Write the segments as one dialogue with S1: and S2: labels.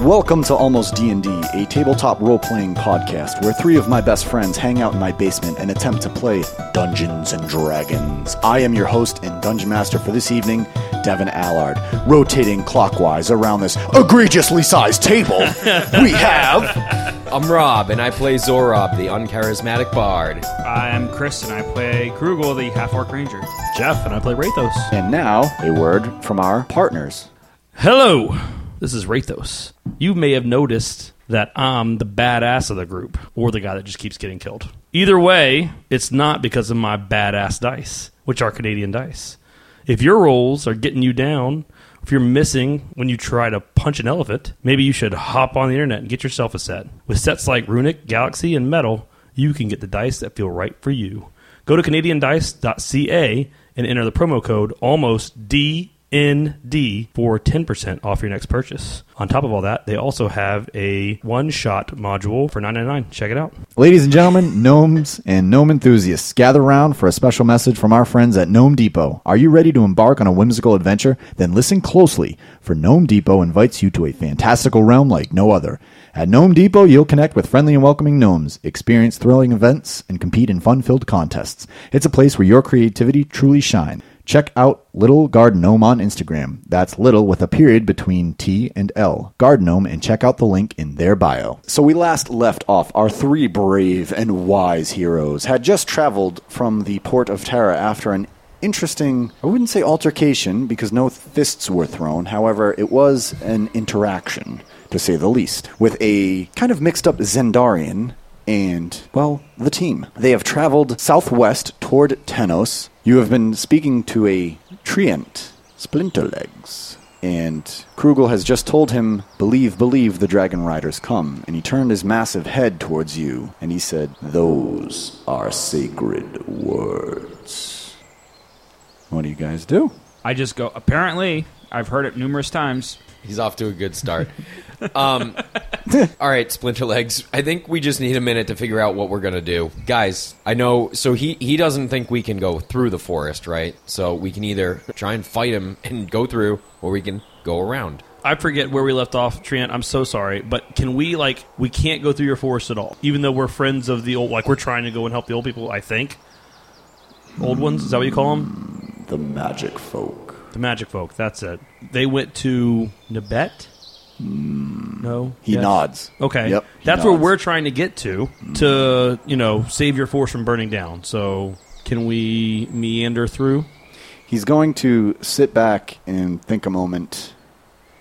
S1: Welcome to Almost D&D, a tabletop role-playing podcast where three of my best friends hang out in my basement and attempt to play Dungeons and Dragons. I am your host and dungeon master for this evening, Devin Allard. Rotating clockwise around this egregiously sized table, we have
S2: I'm Rob, and I play Zorob, the uncharismatic bard.
S3: I'm Chris, and I play Krugel, the half orc ranger.
S4: Jeff, and I play Rathos.
S1: and now a word from our partners.
S4: Hello, this is Rathos. You may have noticed that I'm the badass of the group, or the guy that just keeps getting killed. Either way, it's not because of my badass dice, which are Canadian dice. If your rolls are getting you down, if you're missing when you try to punch an elephant, maybe you should hop on the internet and get yourself a set. With sets like Runic, Galaxy, and Metal, you can get the dice that feel right for you. Go to CanadianDice.ca and enter the promo code almost DND for 10% off your next purchase. On top of all that, they also have a one shot module for 9.99. Check it out.
S1: Ladies and gentlemen, gnomes and gnome enthusiasts, gather round for a special message from our friends at Gnome Depot. Are you ready to embark on a whimsical adventure? Then listen closely, for Gnome Depot invites you to a fantastical realm like no other. At Gnome Depot, you'll connect with friendly and welcoming gnomes, experience thrilling events, and compete in fun filled contests. It's a place where your creativity truly shines. Check out Little Garden Gnome on Instagram. That's little with a period between T and L. Garden Gnome, and check out the link in their bio. So we last left off. Our three brave and wise heroes had just traveled from the port of Terra after an interesting, I wouldn't say altercation, because no fists were thrown. However, it was an interaction, to say the least, with a kind of mixed up Zendarian and, well, the team. They have traveled southwest toward Tenos. You have been speaking to a treant, Splinterlegs. And Krugel has just told him, Believe, believe, the dragon riders come. And he turned his massive head towards you, and he said, Those are sacred words. What do you guys do?
S3: I just go. Apparently, I've heard it numerous times.
S2: He's off to a good start. um, all right, Splinterlegs. I think we just need a minute to figure out what we're gonna do, guys. I know. So he he doesn't think we can go through the forest, right? So we can either try and fight him and go through, or we can go around.
S4: I forget where we left off, Trent. I'm so sorry, but can we like we can't go through your forest at all, even though we're friends of the old. Like we're trying to go and help the old people. I think old ones. Is that what you call them?
S1: The magic folk.
S4: The magic folk. That's it. They went to Nibet. No,
S1: He
S4: Yes.
S1: nods.
S4: Okay,
S1: Yep. he
S4: that's where
S1: nods. Hmm.
S4: we're trying to get to to you know save your forest from burning down. So can we meander through?
S1: He's going to sit back and think a moment.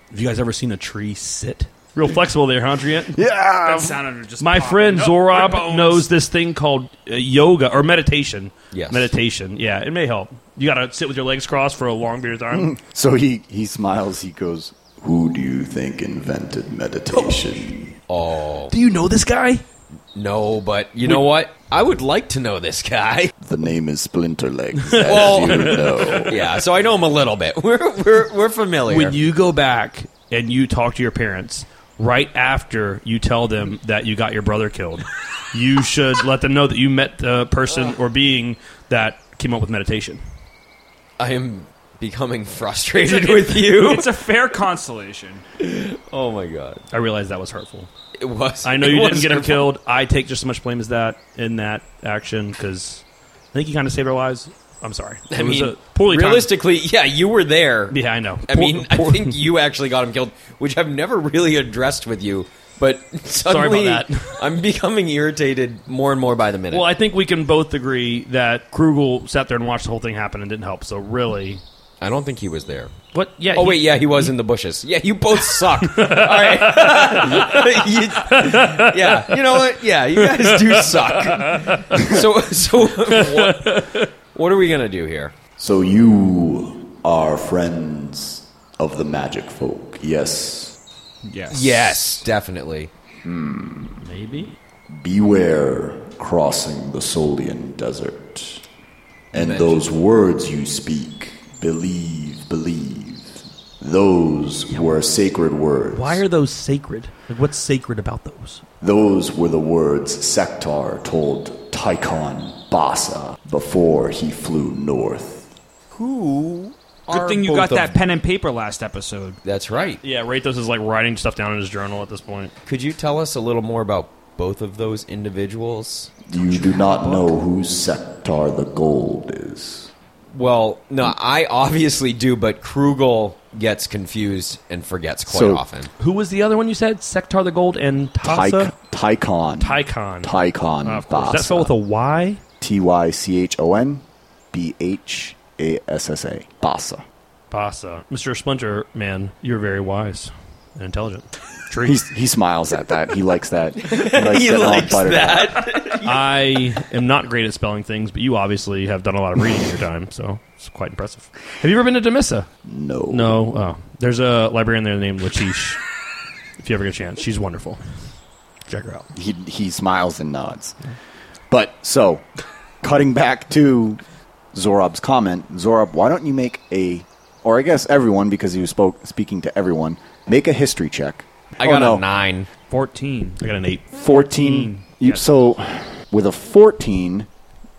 S4: Have you guys ever seen a tree sit? Real flexible there, huh, Trent?
S1: Yeah!
S3: sounded just
S4: My
S3: popping
S4: friend
S3: up. My
S4: Zorob
S3: bones.
S4: knows this thing called uh, yoga or meditation.
S2: Yes.
S4: Meditation. Yeah, it may help. You got to sit with your legs crossed for a long period of time.
S1: So he, he smiles. He goes, Who do you think invented meditation?
S2: Oh
S4: Do you know this guy?
S2: no, but you know what? I would like to know this guy.
S1: The name is Splinterlegs, as
S2: Well-
S1: you know.
S2: yeah. So I know him a little bit. We're we're we're familiar.
S4: When you go back and you talk to your parents right after you tell them that you got your brother killed, you should let them know that you met the person or being that came up with meditation.
S2: I am becoming frustrated with you.
S3: It's a fair consolation.
S2: Oh my god,
S4: I realize that was hurtful.
S2: it was.
S4: I know
S2: it
S4: you didn't
S2: was
S4: get him
S2: your
S4: killed. I take just as much blame as that in that action because I think he kind of saved our lives. I'm sorry.
S2: I
S4: It was
S2: mean,
S4: a poorly timed-
S2: realistically, yeah, you were there.
S4: Yeah, I know.
S2: I
S4: Poor-
S2: mean, I
S4: poor-
S2: think you actually got him killed, which I've never really addressed with you. But suddenly,
S4: about that.
S2: I'm becoming irritated more and more by the minute.
S4: Well, I think we can both agree that Krugel sat there and watched the whole thing happen and didn't help. So really,
S2: I don't think he was there.
S4: what? Yeah.
S2: Oh
S4: he-
S2: wait, yeah, he was in the bushes. Yeah, you both suck. All right. You- yeah, you know what? Yeah, you guys do suck. So, so what, what are we gonna do here?
S1: So you are friends of the magic folk, yes.
S3: Yes.
S2: Yes, definitely.
S4: Maybe.
S1: Beware crossing the Solian desert. And those words you speak, believe, believe, those were sacred words.
S4: Why are those sacred? Like, what's sacred about those?
S1: Those were the words Sektar told Tychon Bassa before he flew north.
S2: Who are
S3: Good thing you
S2: both
S3: got
S2: of-
S3: that pen and paper last episode.
S2: That's right.
S4: Yeah, Rathos is like writing stuff down in his journal at this point.
S2: Could you tell us a little more about both of those individuals?
S5: You do not know whose Sectar the Gold is.
S2: Well, no, I obviously do, but Krugel gets confused and forgets quite
S1: So-
S2: often.
S6: oh,
S4: Who was the other one you said? Sectar the Gold and
S1: Tyc-
S4: Tasa?
S1: Tycon.
S4: Tycon.
S1: Tycon.
S4: Uh, of course. That spelled with a Y?
S1: T Y C H O N B H A S S A. Bassa.
S4: Pasa. Mr. Splinter, man, you're very wise and intelligent. Tree.
S1: He's, he smiles at that. He likes that. He likes, that, Oh, all buttered up.
S4: I am not great at spelling things, but you obviously have done a lot of reading in your time, so it's quite impressive. Have you ever been to Demissa?
S1: No.
S4: No. Oh, there's a librarian there named Latish. if you ever get a chance, she's wonderful. Check her out.
S1: He, he smiles and nods. But so, cutting back to Zorob's comment, Zorob, why don't you make a, or I guess everyone, because he was spoke, speaking to everyone, make a history check.
S2: I
S1: Oh,
S2: got
S1: no.
S2: a nine. Mm,
S3: 14.
S4: I got an eight.
S1: 14. You, So, with a 14,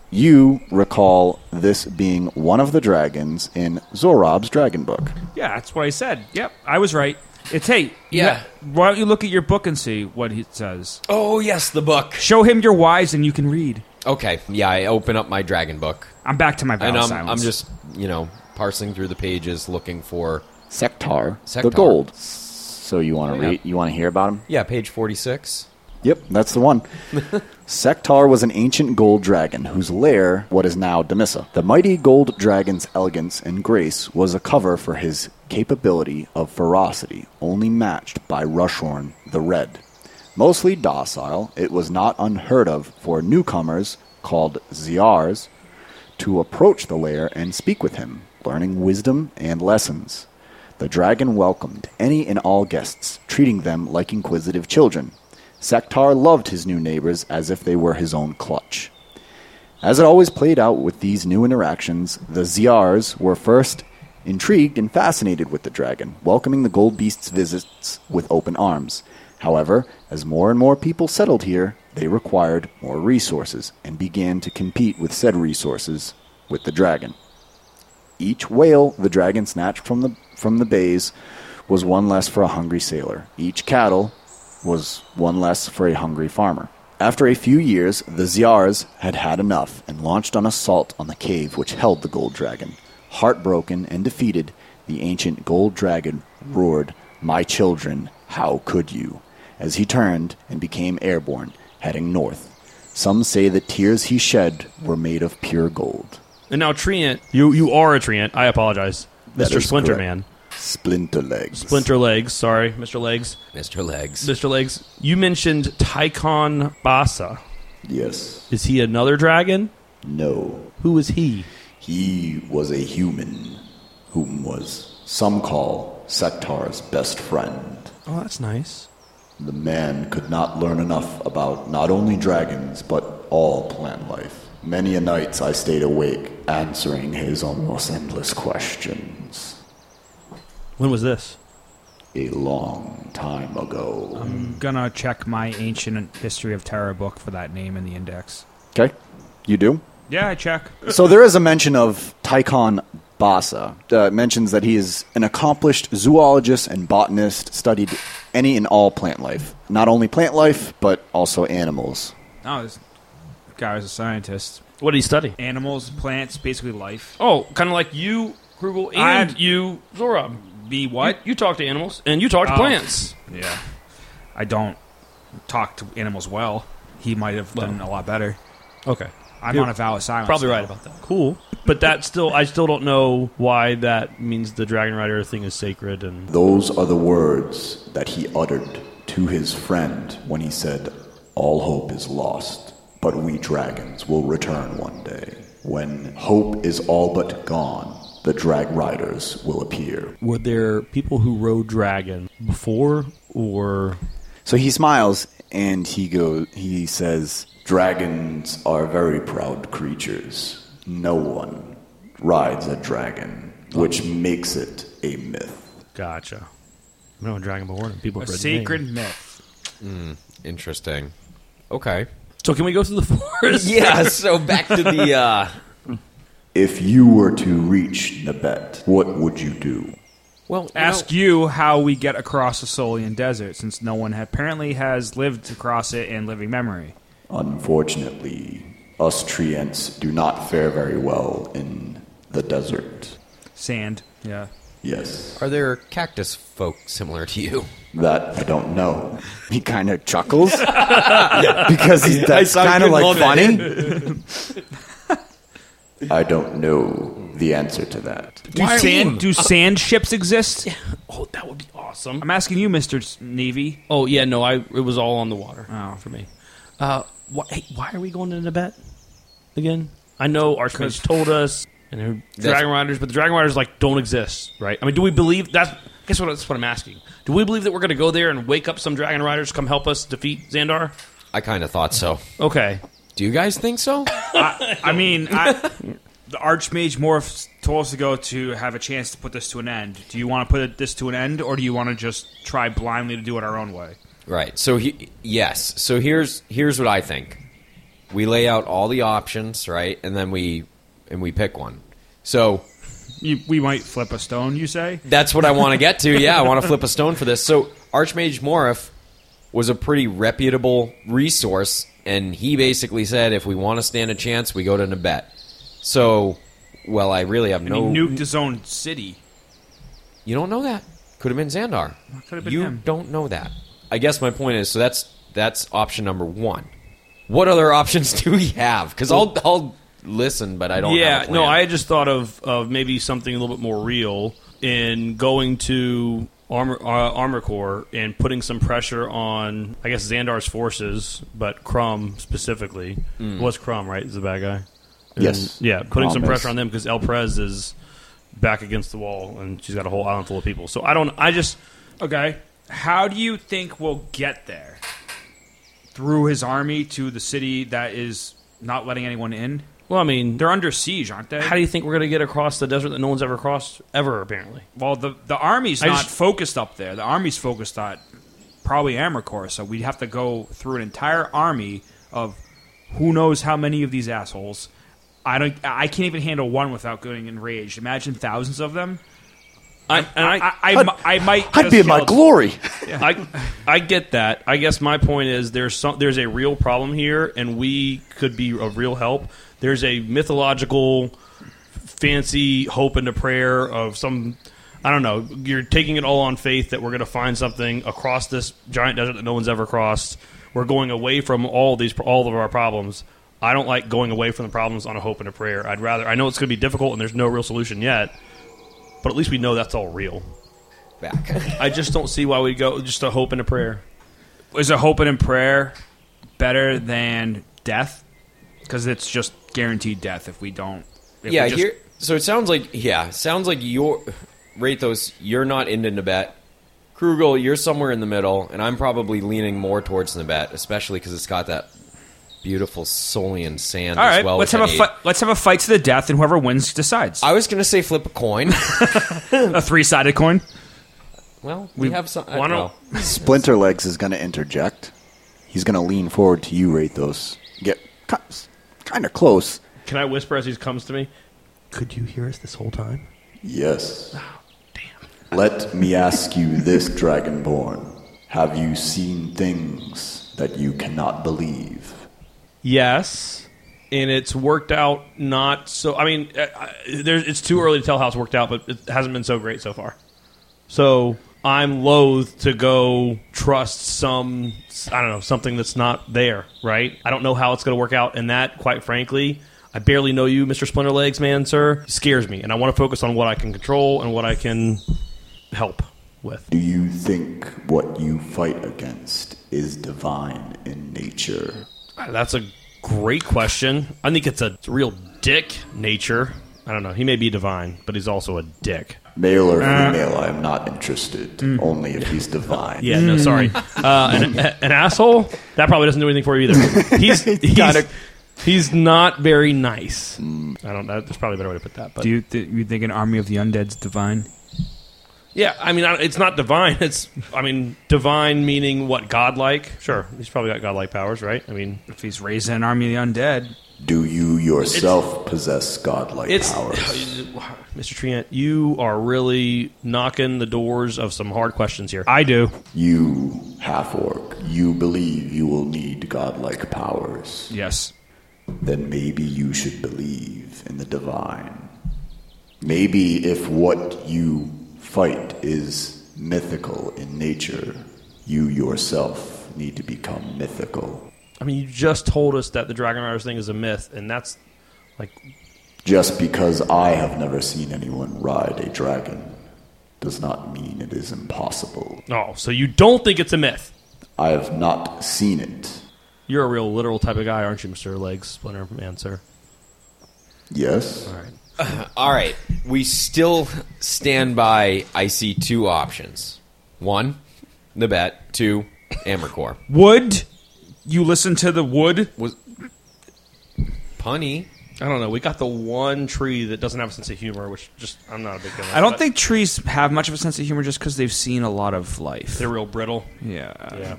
S1: you recall this being one of the dragons in Zorob's dragon book.
S3: Yeah, that's what I said. Yep, I was right. It's hey, you
S2: Yeah.
S3: ha- why don't you look at your book and see what it says?
S2: Oh, yes, the book.
S3: Show him your wise and you can read.
S2: Okay, yeah, I open up my dragon book.
S3: I'm back to my vow
S2: And I'm, I'm
S3: silence.
S2: just, you know, parsing through the pages looking for.
S1: Sectar, the
S2: Sektar. Oh,
S1: gold. So you want to read? You want to hear about him?
S2: Yeah, page 46.
S1: Yep, that's the one. Sektar was an ancient gold dragon whose lair, what is now Demissa. The mighty gold dragon's elegance and grace was a cover for his capability of ferocity, only matched by Rushhorn the Red. Mostly docile, it was not unheard of for newcomers, called Ziars, to approach the lair and speak with him, learning wisdom and lessons. The dragon welcomed any and all guests, treating them like inquisitive children. Sektar loved his new neighbors as if they were his own clutch. As it always played out with these new interactions, the Ziars were first intrigued and fascinated with the dragon, welcoming the gold beast's visits with open arms. However, as more and more people settled here, they required more resources and began to compete with said resources with the dragon. Each whale the dragon snatched from the from the bays was one less for a hungry sailor. Each cattle was one less for a hungry farmer. After a few years, the Ziars had had enough and launched an assault on the cave which held the gold dragon. Heartbroken and defeated, the ancient gold dragon roared, "My children, how could you?" as he turned and became airborne, heading north. Some say the tears he shed were made of pure gold.
S4: And now Treant, you you are a Treant. I apologize,
S1: That
S4: Mr.
S1: is
S4: Splinter
S1: correct.
S4: Man,
S1: Splinter legs.
S4: Splinter Legs. Sorry, Mr. Legs,
S2: Mr. Legs.
S4: Mr. Legs. You mentioned Tycon Basa.
S1: Yes.
S4: Is he another dragon?
S1: No.
S4: Who is he?
S1: He was a human, whom was some call Sektar's best friend.
S4: Oh, that's nice.
S1: The man could not learn enough about not only dragons, but all plant life. Many a nights I stayed awake, answering his almost endless questions.
S4: When was this?
S1: A long time ago.
S3: I'm gonna check my ancient history of terror book for that name in the index.
S1: Okay, you do?
S3: Yeah, I check.
S1: So there is a mention of Tychon Bassa. Uh, it mentions that he is an accomplished zoologist and botanist, studied any and all plant life. Not only plant life, but also animals.
S3: Oh, this guy was a scientist.
S4: What did he study?
S3: Animals, plants, basically life.
S4: Oh, kind of like you, Krugel, and
S3: I'm-
S4: you, Zorob.
S3: Be what?
S4: You, you talk to animals and you talk to
S3: Oh.
S4: plants.
S3: Yeah. I don't talk to animals well. He might have done a lot better.
S4: Okay,
S3: I'm
S4: You're
S3: on a vow of silence.
S4: probably
S3: now.
S4: right about that. Cool, but that still, I still don't know why that means the dragon rider thing is sacred and
S5: Those are the words that he uttered to his friend when he said, All hope is lost, but we dragons will return one day. When hope is all but gone, the drag riders will appear.
S4: Were there people who rode dragon before, or
S1: So he smiles and he goes. He says,
S5: Dragons are very proud creatures. No one rides a dragon, which makes it a myth.
S4: gotcha? I know a dragon before, and people
S3: A
S4: have ridden
S3: sacred
S4: me.
S3: myth.
S2: Interesting. Okay.
S4: So can we go through the forest?
S2: Yeah, so back to the. Uh,
S1: If you were to reach Nebet, what would you do?
S2: Well, you
S3: Ask
S2: know-
S3: you how we get across the Solian Desert, since no one apparently has lived across it in living memory.
S1: Unfortunately, us Treants do not fare very well in the desert.
S3: Sand. Yeah.
S1: Yes,
S2: Are there cactus folk similar to you?
S1: that I don't know.
S6: He kind of chuckles because he's, that's
S2: I
S6: kind of
S2: couldn't
S6: like
S2: hold that
S6: funny.
S1: I don't know the answer to that.
S3: Do
S2: Why-
S3: sand do sand ships exist?
S4: Oh, that would be awesome.
S3: I'm asking you, Mister Navy.
S4: Oh yeah, no, I it was all on the water
S3: Oh.
S4: for me. Uh, why, hey, why are we going to Tibet again? I know Archmage told us, and they're Dragon Riders, but the Dragon Riders like don't exist, right? I mean, do we believe that's? Guess what? That's what I'm asking. Do we believe that we're going to go there and wake up some Dragon Riders, to come help us defeat Xandar?
S2: I kind of thought so.
S4: Okay,
S2: Do you guys think so?
S3: I, I mean, I, the Archmage Morph told us to go to have a chance to put this to an end. Do you want to put this to an end, or do you want to just try blindly to do it our own way?
S2: Right. So he yes. So here's here's what I think. We lay out all the options, right? And then we and we pick one. So
S3: You, we might flip a stone. You say?
S2: that's what I want to get to. Yeah, I want to flip a stone for this. So Archmage Morph was a pretty reputable resource, and he basically said, if we want to stand a chance, we go to Nebet. So, well, I really have
S3: He
S2: no.
S3: nuked his own city.
S2: You don't know that. Could have been Xandar.
S3: could have been
S2: you
S3: him.
S2: don't know that. I guess my point is so that's that's option number one. What other options do we have? Because I'll I'll listen, but I don't.
S4: yeah,
S2: have a
S4: no,
S2: plan.
S4: I just thought of of maybe something a little bit more real in going to armor uh, armor corps and putting some pressure on I guess Xandar's forces, but Crumb specifically
S2: Mm.
S4: It was Crumb right? Is the bad guy?
S6: Yes.
S4: Yeah, putting some
S6: Crumb is-
S4: pressure on them because El Prez is back against the wall and she's got a whole island full of people. So I don't. I just
S3: Okay. How do you think we'll get there? Through his army to the city that is not letting anyone in.
S4: well, I mean,
S3: They're under siege, aren't they?
S4: how do you think we're gonna get across the desert that no one's ever crossed ever? Apparently,
S3: well, the the army's
S4: I
S3: not
S4: just-
S3: focused up there. The army's focused on probably Amarcor, so we'd have to go through an entire army of who knows how many of these assholes. I don't. I can't even handle one without getting enraged. Imagine thousands of them.
S4: I, and I,
S3: I, I, mi- I might.
S6: I'd
S3: just
S6: be in my
S3: kill-
S6: glory.
S4: I I get that. I guess my point is there's some there's a real problem here, and we could be of real help. There's a mythological, fancy hope and a prayer of some. I don't know. You're taking it all on faith that we're going to find something across this giant desert that no one's ever crossed. We're going away from all these all of our problems. I don't like going away from the problems on a hope and a prayer. I'd rather. I know it's going to be difficult, and there's no real solution yet. But at least we know that's all real.
S2: back.
S4: I just don't see why we go just a hope and a prayer.
S3: is a hope and in prayer better than death? Because it's just guaranteed death if we don't. if
S2: yeah,
S3: we just-
S2: here. So it sounds like yeah, sounds like you're Rathos. You're not into Nebet. Krugel, you're somewhere in the middle, and I'm probably leaning more towards Nebet, especially because it's got that beautiful Solian sand
S3: All
S2: as
S3: right,
S2: well.
S3: let's
S2: which
S3: have a
S2: I need.
S3: fi- let's have a fight to the death, and whoever wins decides.
S2: I was gonna say flip a coin.
S3: a three sided coin.
S2: well, we, have some.
S4: why don't-
S2: well,
S6: Splinterlegs is going to interject. He's going to lean forward to you, Rathos. Get kind of close.
S4: Can I whisper as he comes to me? Could you hear us this whole time?
S1: Yes. Let me ask you this, Dragonborn. Have you seen things that you cannot believe?
S4: Yes, and it's worked out not so. I mean, uh, I- there's, it's too early to tell how it's worked out, but it hasn't been so great so far. So I'm loath to go trust some. I don't know something that's not there. Right? I don't know how it's going to work out, and that, quite frankly. I barely know you, Mr. Splinterlegs, man, sir. Scares me, and I want to focus on what I can control and what I can help with.
S1: Do you think what you fight against is divine in nature?
S4: That's a great question. I think it's a it's a real dick nature. I don't know. He may be divine, but he's also a dick.
S1: Male or female, I am not interested. Only if he's divine.
S4: Uh. Mm. Yeah, no, sorry. Uh, an, an asshole? That probably doesn't do anything for you either. He's he's,
S6: Gotta-
S4: he's not very nice. I don't know. There's probably a better way to put that. But
S3: you th- you think an army of the undead's divine?
S4: yeah, I mean, I- it's not divine. It's I mean, divine meaning what godlike? Sure, he's probably got godlike powers, right? I mean,
S3: If he's raising an army of the undead,
S1: Do you
S7: yourself possess godlike
S4: It's
S7: powers.
S4: Mr. Trient, you are really knocking the doors of some hard questions here.
S3: I do.
S7: You, half orc, you believe you will need godlike powers.
S3: Yes.
S7: Then maybe you should believe in the divine. Maybe if what you fight is mythical in nature, you yourself need to become mythical.
S4: I mean, you just told us that the Dragon Riders thing is a myth, and that's like
S7: Just because I have never seen anyone ride a dragon does not mean it is impossible.
S4: oh, so you don't think it's a myth?
S7: I have not seen it.
S4: You're a real literal type of guy, aren't you, Mister Legs Splinter Man, sir?
S7: Yes?
S4: All right.
S2: All right. We still stand by. I see two options. One, the bet. Two, Ambercore.
S3: Would you listen to the wood?
S2: Was punny?
S4: I don't know. We got the one tree that doesn't have a sense of humor, which just I'm not a big. fan of,
S3: I don't
S4: but
S3: think trees have much of a sense of humor just because they've seen a lot of life.
S4: they're real brittle.
S3: yeah.
S4: Yeah.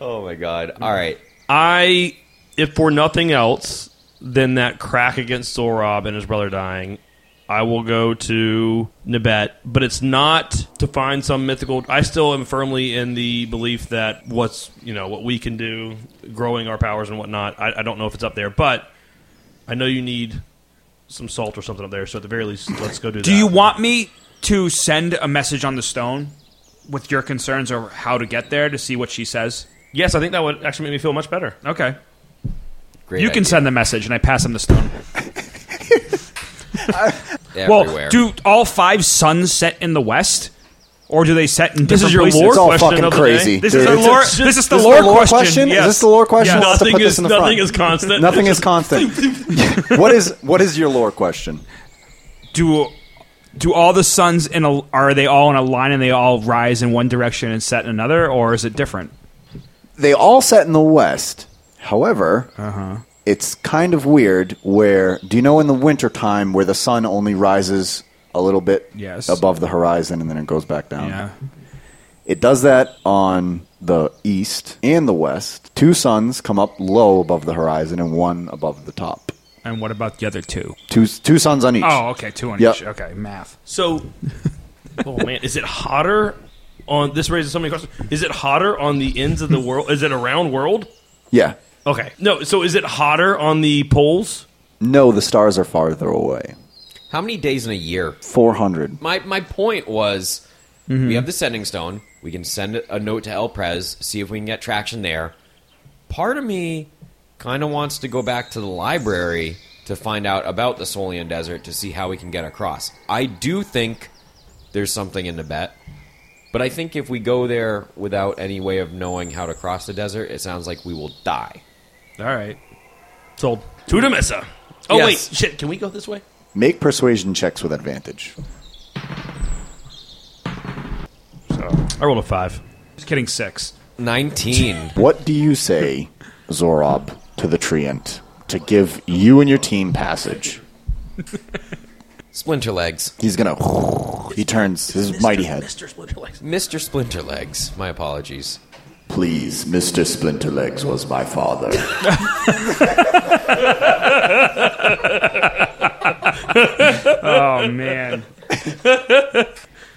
S2: Oh my god! All right.
S4: I, if for nothing else than that crack against Zorob and his brother dying, I will go to Nibet. But it's not to find some mythical. I still am firmly in the belief that what's you know what we can do, growing our powers and whatnot. I, I don't know if it's up there, but I know you need some salt or something up there. So at the very least, let's go do.
S3: Do
S4: that.
S3: you want me to send a message on the stone with your concerns over how to get there to see what she says?
S4: Yes, I think that would actually make me feel much better.
S3: Okay.
S2: Great.
S3: you can
S2: idea.
S3: send the message and I pass him the stone.
S2: everywhere.
S3: Well, do all five suns set in the west? Or do they set in
S4: This
S3: different
S4: is your
S3: places?
S4: lore
S7: It's all
S4: question
S7: fucking
S4: of the
S7: crazy.
S4: day.
S3: This
S7: dude.
S3: is, the
S7: It's-
S3: lore,
S4: it's-
S3: this is the
S4: this
S1: is
S3: lore
S1: the lore
S3: question.
S1: question? Is
S3: Yes.
S1: this the lore question? Let's
S4: Nothing
S1: put this
S4: is
S1: in the
S4: nothing
S1: front.
S4: is constant.
S1: Nothing is constant. what is what is your lore question?
S3: do do all the suns in a are they all in a line and they all rise in one direction and set in another or is it different
S1: They all set in the west. However,
S3: Uh-huh.
S1: it's kind of weird where do you know in the wintertime where the sun only rises a little bit
S3: Yes.
S1: above the horizon and then it goes back down?
S3: yeah
S1: It does that on the east and the west. Two suns come up low above the horizon and one above the top.
S3: and what about the other two?
S1: Two two suns on each.
S3: Oh, okay, two on
S1: Yep.
S3: each. Okay, math.
S4: So, oh man, is it hotter on this raises so many questions? Is it hotter on the ends of the world? Is it around world?
S1: Yeah.
S4: Okay, no. So is it hotter on the poles?
S1: No, the stars are farther away.
S2: How many days in a year?
S1: 400.
S2: My my point was, we have the sending stone. We can send a note to El Prez, see if we can get traction there. Part of me kind of wants to go back to the library to find out about the Solian Desert to see how we can get across. I do think there's something in Tibet, but I think if we go there without any way of knowing how to cross the desert, it sounds like we will die.
S3: All right.
S4: Sold to the Mesa. Oh
S2: Yes.
S4: wait, shit. Can we go this way?
S1: Make persuasion checks with advantage.
S4: So I rolled a five.
S3: Just kidding, six.
S2: 19.
S1: What do you say, Zorob, to the treant to give you and your team passage?
S2: Splinterlegs.
S1: He's gonna. He turns his mighty head.
S4: Mr. Splinterlegs.
S2: Mr. Splinterlegs. My apologies.
S7: Please, Mr. Splinterlegs was my father.
S3: Oh man.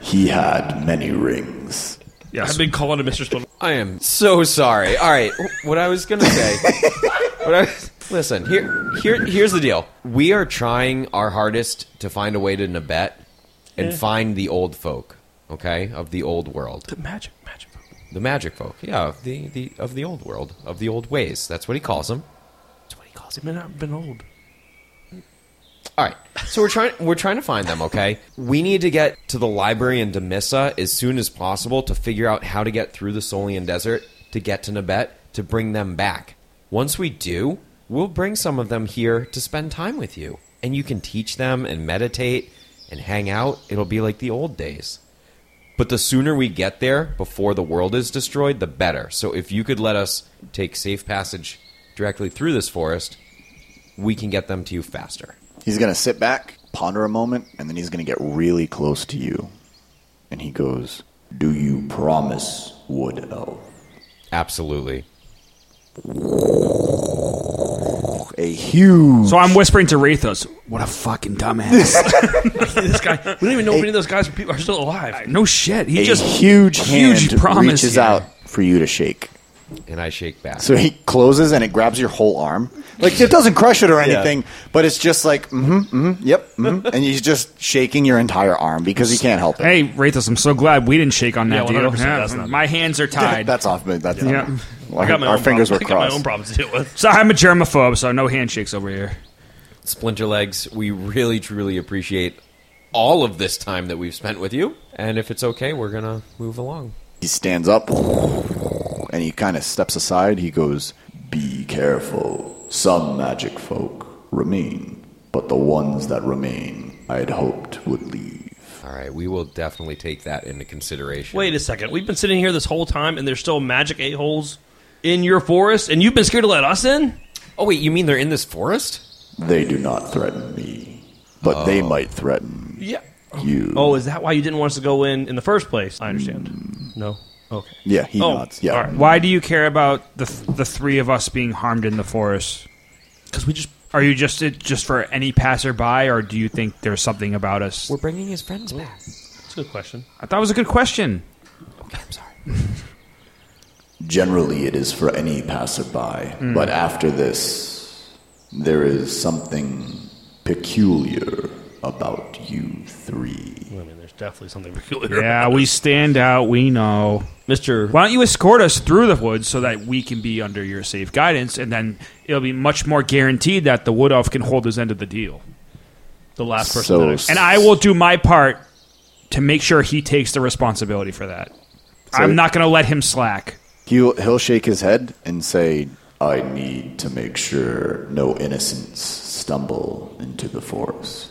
S7: He had many rings.
S4: Yes. I've been calling him Mr. Splinter.
S2: I am so sorry. All right, what I was gonna say. what I was- listen, here, here, here's the deal. We are trying our hardest to find a way to Nibet and find the old folk, okay, of the old world,
S4: Magic, magic.
S2: the magic folk, yeah, of the, the of the old world, of the old ways. That's what he calls them.
S4: That's what he calls him. May not have been old.
S2: All right, so we're trying we're trying to find them. Okay, we need to get to the library in Demissa as soon as possible to figure out how to get through the Solian Desert to get to Nibet to bring them back. Once we do, we'll bring some of them here to spend time with you, and you can teach them and meditate and hang out. It'll be like the old days. But the sooner we get there before the world is destroyed, the better. So if you could let us take safe passage directly through this forest, we can get them to you faster.
S1: He's gonna sit back, ponder a moment, and then he's gonna get really close to you. And he goes,
S7: Do you promise, Wood Elf?
S2: Absolutely.
S1: a huge.
S3: So I'm whispering to Rathos, what a fucking dumbass.
S4: this guy, we don't even know if any of those guys are, people, are still alive.
S3: no shit. He
S1: a
S3: just
S1: huge hand
S3: huge promise
S1: reaches
S3: here.
S1: out for you to shake.
S2: and I shake back.
S1: So he closes and it grabs your whole arm. Like it doesn't crush it or anything, but it's just like mm-hmm, mm-hmm, yep, mm-hmm. and he's just shaking your entire arm because he can't help it.
S3: Hey, Rathos, I'm so glad we didn't shake on that
S4: Yeah,
S3: deal.
S4: 100%,
S3: Yeah,
S4: that's not-
S3: My hands are tied.
S1: That's off. but That's
S3: Yeah.
S1: Our,
S4: I got my
S1: our
S4: own
S1: fingers
S4: problems.
S1: were
S4: I got my own
S1: crossed.
S4: problems to deal with.
S3: so I'm a germaphobe, so no handshakes over here.
S2: Splinter Legs, we really truly appreciate all of this time that we've spent with you. And if it's okay, we're gonna move along.
S1: He stands up and he kind of steps aside. He goes, "Be careful. Some magic folk remain, but the ones that remain, I'd hoped would leave."
S2: All right, we will definitely take that into consideration.
S4: Wait a second. We've been sitting here this whole time, and there's still magic a holes in your forest, and you've been scared to let us in.
S2: Oh wait, you mean they're in this forest?
S1: They do not threaten me, but they might threaten
S4: Yeah.
S1: you.
S4: Oh, is that why you didn't want us to go in in the first place? I understand. No. Okay.
S1: yeah, he
S4: Oh,
S1: nods. Yeah.
S4: all right.
S3: Why do you care about the th- the three of us being harmed in the forest?
S4: Because we just
S3: Are you just it just for any passerby, or do you think there's something about us?
S2: We're bringing his friends back.
S4: That's a good question.
S3: I thought it was a good question.
S2: Okay, I'm sorry.
S1: Generally, it is for any passerby,
S4: Hmm.
S1: but after this, there is something peculiar about you three.
S4: I mean, there's definitely something peculiar.
S3: Yeah, we stand out. We know.
S4: Mister.
S3: Why don't you escort us through the woods so that we can be under your safe guidance, and then it'll be much more guaranteed that the wood elf can hold his end of the deal.
S4: The last person.
S1: So-
S4: that I,
S3: And I will do my part to make sure he takes the responsibility for that. I'm not going to let him slack.
S1: He'll, he'll shake his head and say, I need to make sure no innocents stumble into the forest.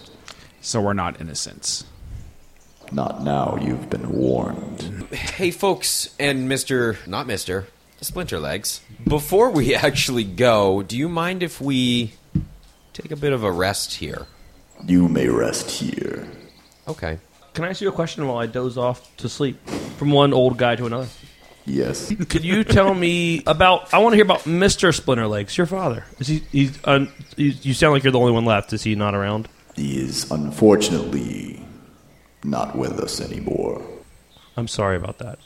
S3: So we're not innocents.
S1: Not now, you've been warned.
S2: Hey, folks, and Mr. Not Mr. Splinter Legs. Before we actually go, do you mind if we take a bit of a rest here?
S1: You may rest here.
S2: Okay.
S4: can I ask you a question while I doze off to sleep from one old guy to another?
S1: Yes.
S4: Could you tell me about? I want to hear about Mister Splinterlegs, your father. Is he? He's. Un, you you sound like you're the only one left. Is he not around?
S1: He is unfortunately not with us anymore.
S4: I'm sorry about that.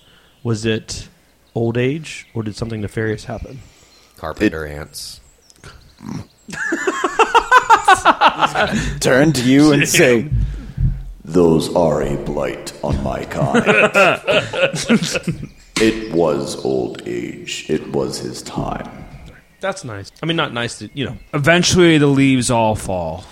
S4: Was it old age, or did something nefarious happen?
S2: Carpenter ants.
S1: Turn to you and say, Those are a blight on my kind. it was old age, it was his time.
S4: That's nice. I mean, not nice to you know.
S3: Eventually, the leaves all fall.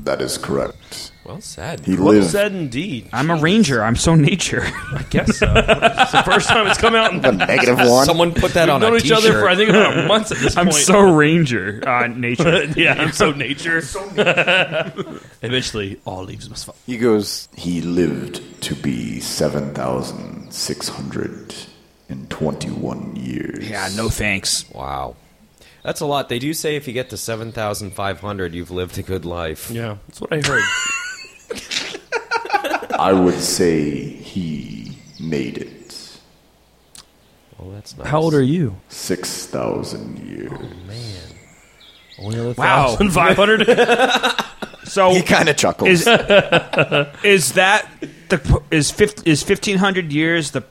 S1: That is correct.
S2: Well said.
S1: He
S4: Well
S1: lived.
S4: said indeed.
S3: I'm a ranger. I'm so nature.
S4: I guess so. it's the first time it's come out. And we've
S1: Negative one.
S2: Someone put that on
S4: known
S2: a
S4: each other
S2: t-shirt.
S4: for I think about a month at this
S3: I'm
S4: point.
S3: so ranger. Uh, nature.
S4: yeah, I'm so nature. Eventually, all leaves must fall.
S1: He goes, He lived to be 7,621 years.
S3: Yeah, no thanks.
S2: Wow. That's a lot. They do say if you get to 7,500, you've lived a good life.
S4: Yeah, that's what I heard.
S1: I would say he made it
S2: Well, that's nice.
S4: How old are you?
S1: 6,000 years.
S3: Wow.
S4: Five hundred.
S3: So
S1: He kind of chuckles.
S3: is is that the is fif- is fifteen hundred years the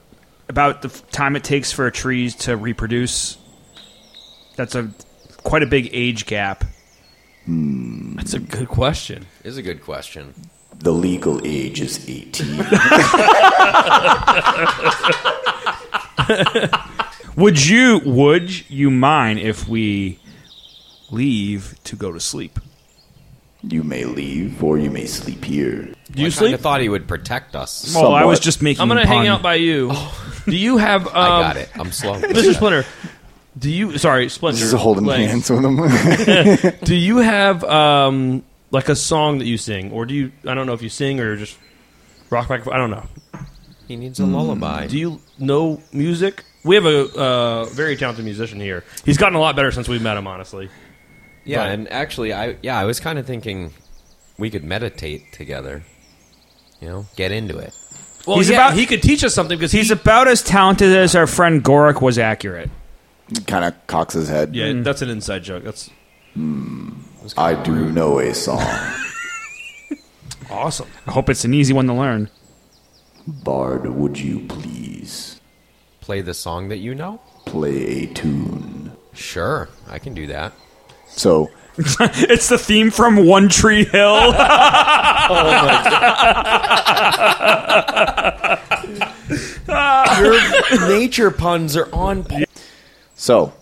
S3: about the f- time it takes for trees to reproduce? That's a quite a big age gap.
S4: Hmm. That's a good question.
S2: Is a good question.
S1: the legal age is 18.
S3: Would you would you mind if we leave to go to sleep?
S1: You may leave or you may sleep here.
S4: Do you
S2: I
S4: sleep? Um,
S2: of thought he would protect us.
S3: Well, I was
S1: Somewhat.
S3: just making.
S4: I'm gonna hang
S3: pun.
S4: out by you. Do you have? Um,
S2: I got it. I'm slow.
S4: Mr. Splinter. Do you? Sorry, Splinter.
S1: Just holding
S4: like,
S1: hands with him.
S4: Do you have um like a song that you sing, or do you? I don't know if you sing or just rock back. I don't know.
S2: he needs a lullaby.
S4: Mm, Do you know music? We have a uh, very talented musician here. He's gotten a lot better since we met him. Honestly,
S2: yeah,
S4: Right.
S2: and actually, I yeah, I was kind of thinking we could meditate together. You know, get into it.
S4: well,
S3: He's
S4: yeah,
S3: about-
S4: he could teach us something because he's
S3: He's
S4: a
S3: about as talented as our friend Gorik was accurate.
S1: kind of cocks his head.
S4: yeah. That's an inside joke. That's
S8: I do know a song.
S3: Awesome. I hope it's an easy one to learn.
S8: Bard, would you please
S2: Play the song that you know?
S8: play a tune?
S2: Sure, I can do that.
S8: So
S3: It's the theme from One Tree Hill.
S2: Your nature puns are on point.
S1: So,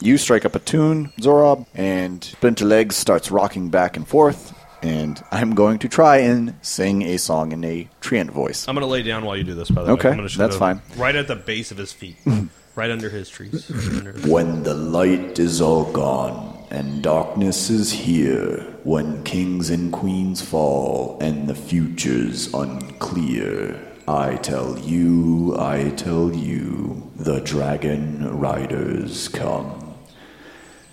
S1: you strike up a tune, Zorob, and Splinterlegs starts rocking back and forth, and I'm going to try and sing a song in a treant voice.
S4: I'm gonna lay down while you do this. By the
S1: Okay,
S4: way, I'm gonna just
S1: that's
S4: gonna-
S1: fine.
S4: Right at the base of his feet, right under his trees.
S8: When the light is all gone and darkness is here, when kings and queens fall and the future's unclear, I tell you, I tell you, the dragon riders come.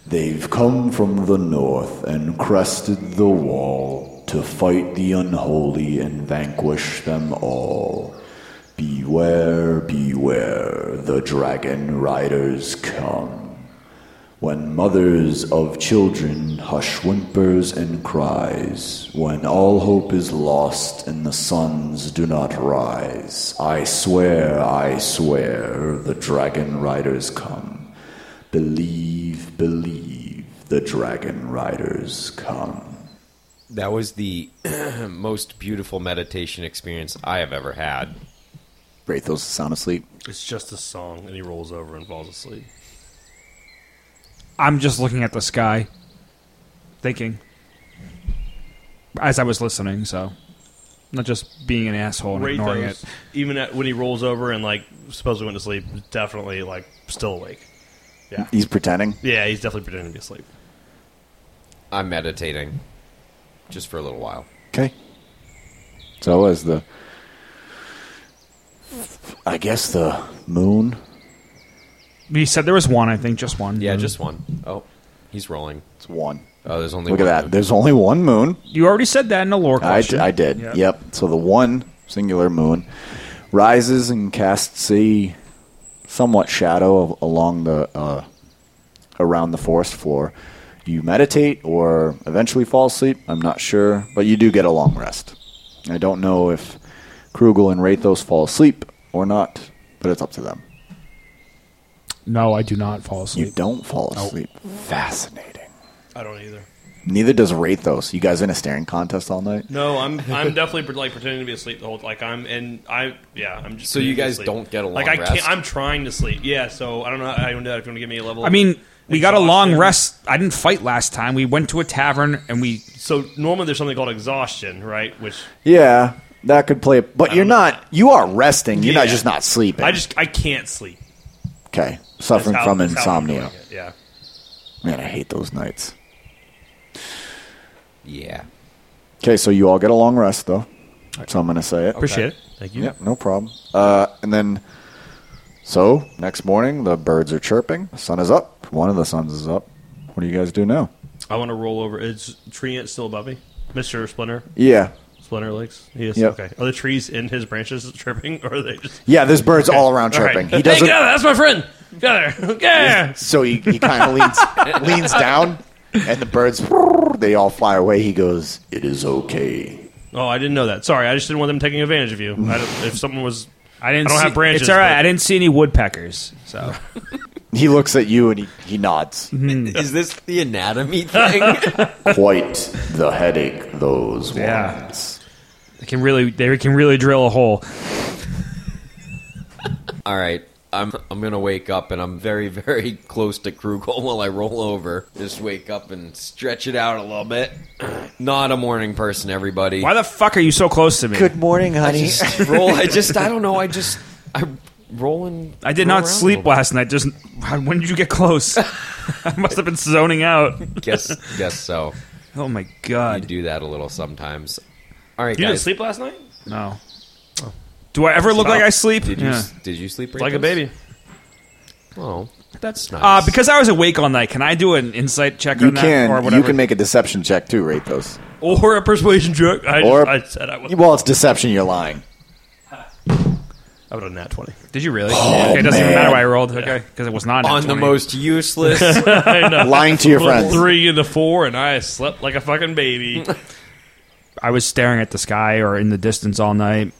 S8: They've come from the north and crested the wall to fight the unholy and vanquish them all. Beware, beware, the dragon riders come. When mothers of children hush whimpers and cries, when all hope is lost and the suns do not rise, I swear, I swear, the dragon riders come. Believe, believe, the dragon riders come.
S2: That was the most beautiful meditation experience I have ever had.
S1: Wraithos is sound asleep.
S4: It's just a song, and he rolls over and falls asleep.
S3: I'm just looking at the sky, thinking, as I was listening. So, not just being an asshole and ignoring it.
S4: Rathos, even at, when he rolls over and like supposedly went to sleep, is definitely like still awake.
S1: He's pretending.
S4: Yeah, he's definitely pretending to be asleep.
S2: I'm meditating just for a little while.
S1: Okay. So, as the. I guess the moon.
S3: He said there was one. I think just one.
S2: Yeah, just one. Oh, he's rolling.
S1: It's one.
S2: Oh, there's only
S1: Look at
S2: one
S1: that.
S2: moon.
S1: There's only one moon.
S3: you already said that in the lore
S1: I,
S3: question.
S1: I did.
S3: Yeah.
S1: Yep. So the one singular moon rises and casts a somewhat shadow along the uh, around the forest floor. You meditate or eventually fall asleep. I'm not sure, but you do get a long rest. I don't know if Krugel and Rathos fall asleep or not, but it's up to them.
S3: No, I do not fall
S1: You
S3: asleep.
S1: don't fall asleep. Fascinating.
S4: I don't either.
S1: Neither does Rathos. You guys in a staring contest all night?
S4: No, I'm I'm definitely like pretending to be asleep the whole like I'm and I yeah I'm just
S2: So you
S4: pretending to
S2: guys
S4: sleep.
S2: don't get a
S4: like
S2: long
S4: I
S2: rest?
S4: can't I'm trying to sleep yeah so I don't know how, I don't know if you want to give me a level
S3: I mean, we got a long
S4: Exhausted.
S3: rest. I didn't fight last time. We went to a tavern and we.
S4: so normally there's something called exhaustion right which
S1: Yeah, that could play. But you're not. You are resting. You're not
S4: Um, Yeah.
S1: just not sleeping.
S4: I just I can't sleep
S1: okay
S4: That's
S1: suffering
S4: how-
S1: from
S4: that's how I'm
S1: insomnia.
S4: doing it, yeah
S1: Man, I hate those nights.
S2: Yeah.
S1: Okay, so you all get a long rest though. So I'm gonna say it.
S3: Appreciate it.
S4: thank you
S1: Yep, no problem. Uh, and then, so next morning the birds are chirping. The sun is up. One of the suns is up. What do you guys do now?
S4: I want to roll over is Treant still above me Mister Splinter
S1: Yeah,
S4: Splinter legs he is
S1: Yep.
S4: okay are the trees in his branches chirping or are they just
S1: yeah. There's birds all around
S4: All right.
S1: chirping.
S4: Hey,
S1: He doesn't.
S4: God, that's my friend got there okay
S1: So he, he kind of leans leans down, and the birds they all fly away. He goes,
S8: It is okay.
S4: oh I didn't know that sorry I just didn't want them taking advantage of
S1: Mm.
S4: you I don't- if someone was
S3: I didn't.
S4: I don't
S3: see,
S4: have branches,
S3: It's all right.
S4: but-
S3: I didn't see any woodpeckers. So
S1: He looks at you and he, he nods.
S2: Is this the anatomy thing?
S8: Quite the headache, those
S3: Yeah.
S8: ones.
S3: they can really they can really drill a hole.
S2: All right. I'm I'm gonna wake up and I'm very very close to Krugel while I roll over. Just wake up and stretch it out a little bit. Not a morning person, everybody.
S3: Why the fuck are you so close to me?
S1: morning, honey.
S2: roll? I just I don't know. I just I roll and
S3: I
S2: roll
S3: did not
S2: around a
S3: sleep
S2: little
S3: last night. Just when did you get close? I must have been zoning out.
S2: bit. Guess guess so.
S3: Oh my
S2: I
S3: god,
S2: do that a little sometimes. All right,
S4: you didn't
S2: guys.
S4: sleep last night
S3: no. Do I ever look like I sleep?
S2: Did you
S3: Yeah.
S2: did you sleep
S4: like a
S2: Rakdos?
S4: baby.
S2: Oh, that's nice.
S3: Uh, because I was awake all night, can I do an insight check
S1: You
S3: on that or
S1: can
S3: whatever?
S1: you can make a deception check too, Rathos.
S4: Or a persuasion joke. I,
S1: Or-
S4: just, I said I was.
S1: Well, it's deception. You're lying.
S4: I would have nat 20.
S3: Did you really?
S1: Oh,
S3: okay, it doesn't even matter what I rolled. Okay, because it was not a nat
S2: on the
S3: 20.
S2: most useless.
S1: Lying to your
S9: Well,
S1: friends.
S9: Three and the four, and I slept like a fucking baby.
S3: I was staring at the sky or in the distance all night.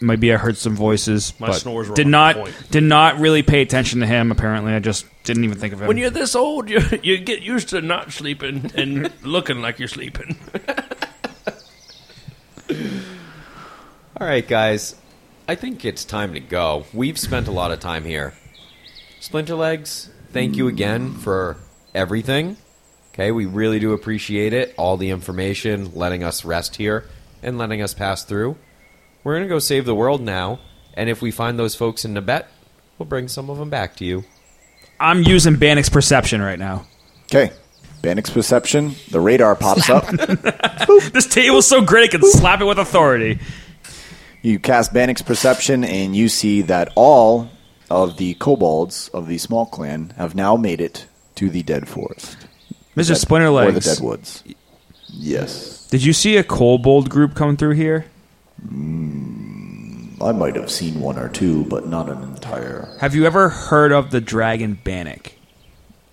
S3: Maybe I heard some voices.
S4: My
S3: but
S4: snores were
S3: did
S4: on
S3: not
S4: point.
S3: did not really pay attention to him. Apparently, I just didn't even think of him.
S9: when you're this old, you you get used to not sleeping and looking like you're sleeping.
S2: All right, guys. I think it's time to go. We've spent a lot of time here. Splinterlegs, thank you again for everything. Okay, we really do appreciate it. All the information, letting us rest here, and letting us pass through. We're going to go save the world now, and if we find those folks in Tibet, we'll bring some of them back to you.
S3: I'm using Bannock's perception right now.
S1: Okay. Bannock's perception. The radar pops up.
S3: This table's so great it can slap it with authority.
S1: You cast Bannock's perception, and you see that all of the kobolds of the small clan have now made it to the dead forest
S3: Mr.
S1: or the dead
S3: Splinterlegs,
S1: woods. Yes,
S3: did you see a kobold group coming through here?
S1: I might have seen one or two, but not an entire.
S3: Have you ever heard of the dragon Bannock?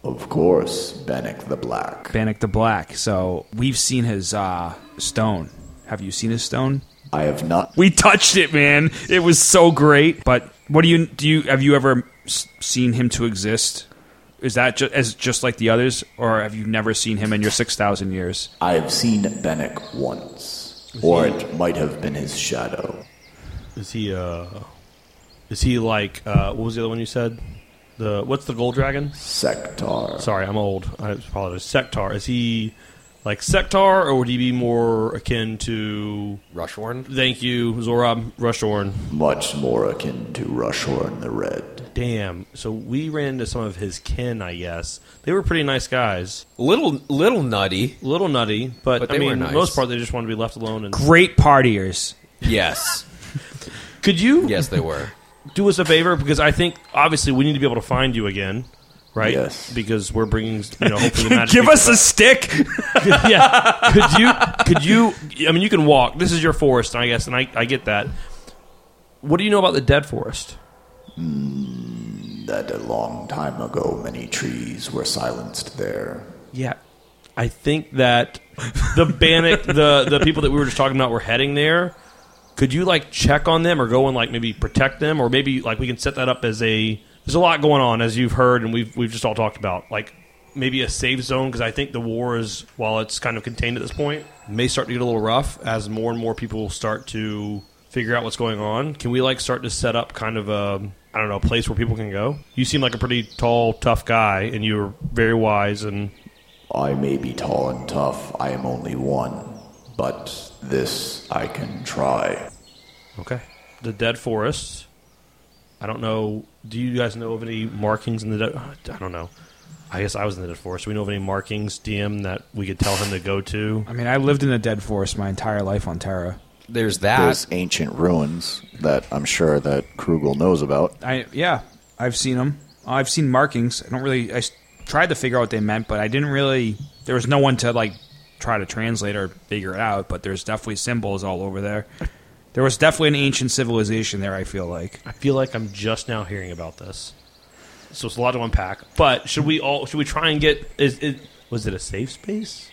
S1: Of course, Bannock the Black.
S3: Bannock the Black. So we've seen his uh, stone. Have you seen his stone?
S1: I have not.
S3: We touched it, man. It was so great. But what do you do? You have you ever s- seen him to exist? Is that ju- as just like the others, or have you never seen him in your six thousand years?
S1: I have seen Bannock once, or it might have been his shadow.
S4: Is he, uh, is he like, uh, what was the other one you said? The What's the gold dragon?
S1: Sektar.
S4: Sorry, I'm old. I apologize. Sectar. Is he like Sectar, or would he be more akin to.
S2: Rushworn?
S4: Thank you, Zorob Rushorn.
S1: Much more akin to Rushhorn the Red.
S4: Damn. So we ran into some of his kin, I guess. They were pretty nice guys.
S2: Little, little nutty.
S4: A little nutty, but,
S2: But
S4: I
S2: they
S4: mean,
S2: were
S4: for
S2: nice.
S4: the most part, they just wanted to be left alone. And
S3: Great partiers.
S2: Yes.
S4: Could you
S2: Yes, they were.
S4: do us a favor? Because I think, obviously, we need to be able to find you again, right?
S1: Yes.
S4: Because we're bringing, you know, hopefully the magic.
S3: Give us a stick.
S4: yeah. Could you? Could you? I mean, you can walk. This is your forest, I guess, and I, I get that. What do you know about the dead forest?
S1: That a long time ago, many trees were silenced there.
S4: Yeah, I think that the Bannock, the the people that we were just talking about were heading there. Could you like check on them or go and like maybe protect them or maybe like we can set that up as a there's a lot going on as you've heard and we've we've just all talked about like maybe a safe zone because I think the war is while it's kind of contained at this point may start to get a little rough as more and more people start to figure out what's going on. Can we like start to set up kind of a I don't know a place where people can go? You seem like a pretty tall, tough guy and you're very wise and
S1: I may be tall and tough, I am only one, but this I can try.
S4: Okay. The dead forest. I don't know. Do you guys know of any markings in the dead? I don't know. I guess I was in the dead forest. Do we know of any markings, DM, that we could tell him to go to?
S3: I mean, I lived in a dead forest my entire life on Terra.
S2: There's that.
S1: There's ancient ruins that I'm sure that Krugel knows about.
S3: I yeah, I've seen them. I've seen markings. I don't really. I s- tried to figure out what they meant, but I didn't really. There was no one to like try to translate or figure it out. But there's definitely symbols all over there. There was definitely an ancient civilization there. I feel like
S4: I feel like I'm just now hearing about this. So it's a lot to unpack. But should we all? Should we try and get? Is it? Was it a safe space?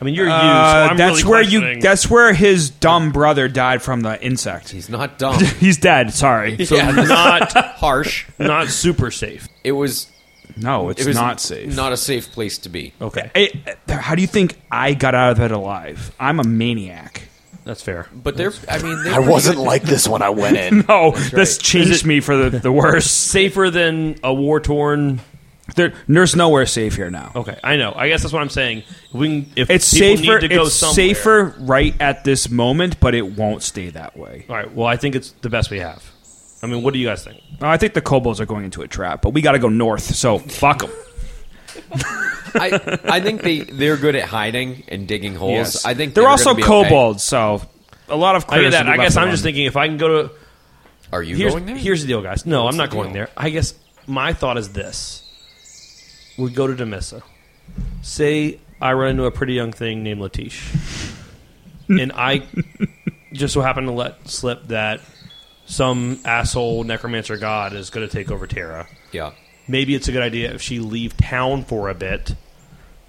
S4: I mean, you're you. So
S3: Uh,
S4: I'm
S3: that's
S4: really
S3: where you.
S4: questioning-
S3: That's where his dumb brother died from the insect.
S2: He's not dumb.
S3: He's dead. Sorry.
S4: so not
S2: Harsh.
S4: not super safe.
S2: It was.
S3: No, it's
S2: It was
S3: not safe.
S2: Not a safe place to be.
S4: Okay,
S3: It- how do you think I got out of it alive? I'm a maniac.
S4: that's fair.
S2: But they're. I mean, they're
S1: I wasn't like this when I went in.
S4: Oh,
S3: No, this
S4: Is
S3: changed
S4: it-
S3: me for the, the worse.
S4: Safer than a war torn
S3: There, there's nowhere safe here now.
S4: Okay, I know. I guess that's what I'm saying. We can, if
S3: It's
S4: people
S3: safer.
S4: Need to go
S3: it's
S4: somewhere-
S3: safer right at this moment, but it won't stay that way.
S4: All right. Well, I think it's the best we have. I mean, what do you guys think?
S3: I think the kobolds are going into a trap, but we got to go north. So fuck them.
S2: I, I think they they're good at hiding and digging holes. I think
S3: they're
S2: they're
S3: also
S2: gonna be okay.
S3: kobolds, so a lot of.
S4: I get
S3: critters
S4: that.
S3: will be
S4: I guess
S3: left
S4: I'm just
S3: alone.
S4: thinking if I can go to
S2: Are you
S4: here's,
S2: going there?
S4: here's the deal, guys. No, I'm not
S2: the
S4: going
S2: deal?
S4: there. I guess my thought is this: we go to Demissa. Say I run into a pretty young thing named Latish, and I just so happen to let slip that some asshole necromancer god is going to take over Terra.
S2: Yeah.
S4: Maybe it's a good idea if she leave town for a bit,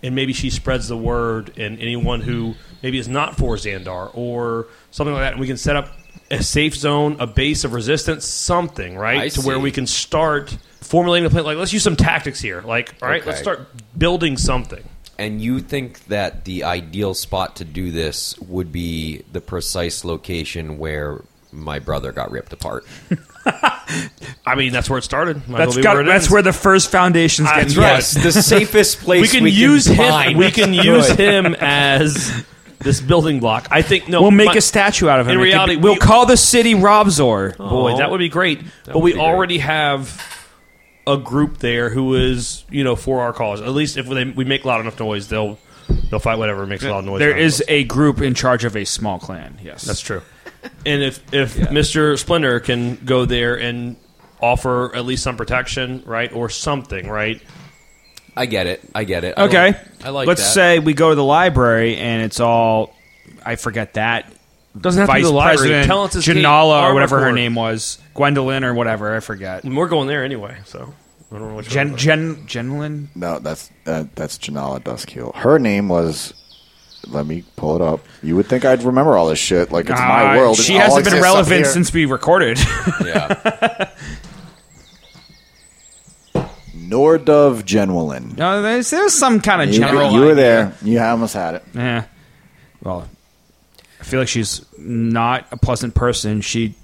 S4: and maybe she spreads the word, and anyone who maybe is not for Xandar or something like that, and we can set up a safe zone, a base of resistance, something right
S2: I
S4: to where
S2: see.
S4: we can start formulating a plan. Like let's use some tactics here. Like all right, let's
S2: Okay.
S4: start building something.
S2: And you think that the ideal spot to do this would be the precise location where my brother got ripped apart.
S4: I mean, that's where it started. Might as well
S3: That's
S4: be
S3: got.
S4: where it
S3: that's
S4: ends.
S3: where the first foundations get.
S4: That's
S3: put.
S4: right.
S2: Yes, the safest place
S4: we can use him.
S2: find.
S4: We can use
S2: Good.
S4: him as this building block. I think no.
S3: We'll make
S4: my-
S3: a statue out of him.
S4: In
S3: It could
S4: reality,
S3: be- we'll
S4: we- Oh.
S3: call the city Robzor.
S4: boy. That would be great. but
S2: would
S4: we
S2: be great.
S4: already have a group there who is you know for our cause. At least if they, we make loud enough noise, they'll they'll fight whatever makes loud noise.
S3: There
S4: around
S3: is
S4: us.
S3: a group in charge of a small clan. Yes,
S4: that's true. And if if Mister Splinter can go there and offer at least some protection, right, or something, right.
S2: I get it. I get it. I
S3: okay.
S2: like- I like
S3: Let's
S2: that.
S3: say we go to the library and it's all. I forget that.
S4: Doesn't have
S3: Vice
S4: to be the library.
S3: President
S4: Tell us his name,
S3: Janala or whatever her
S4: Armacore.
S3: name was, Gwendolyn or whatever I forget.
S4: We're going there anyway, so I don't know what.
S3: Gen Gen Genlin.
S8: No, that's uh, that's Janala Duskhill. Her name was. Let me pull it up. You would think I'd remember all this shit. Like it's my
S3: Ah,
S8: world. It
S3: She
S8: all
S3: hasn't been
S8: exists up
S3: relevant
S8: here.
S3: since we recorded.
S2: Yeah.
S8: Nordov Genwalin.
S3: no, there's, there's some kind of
S8: You,
S3: general.
S8: you were
S3: idea.
S8: there. You almost had it.
S3: Yeah. Well, I feel like she's not a pleasant person. She,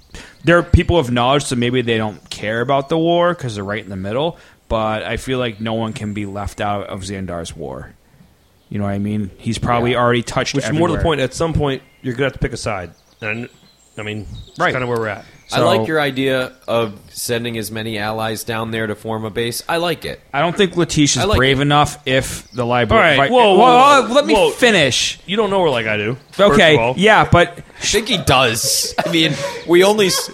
S3: they're people of knowledge, so maybe they don't care about the war because they're right in the middle. But I feel like no one can be left out of Xandar's war. You know what I mean? He's probably already touched.
S4: Which, more to the
S3: everywhere.
S4: point, at some point you're gonna have to pick a side, and I mean,
S3: Right.
S4: right. kind of where we're at.
S2: I
S3: So-
S2: like your idea of sending as many allies down there to form a base. I like it.
S3: I don't think Letitia's
S2: I like
S3: brave enough if the library.
S4: All right. Whoa, whoa,
S3: Well,
S4: whoa.
S3: let me
S4: Whoa.
S3: finish.
S4: You don't know her like I do. first
S3: Okay,
S4: of all.
S3: yeah, but
S2: I think he does. I mean, we only. s-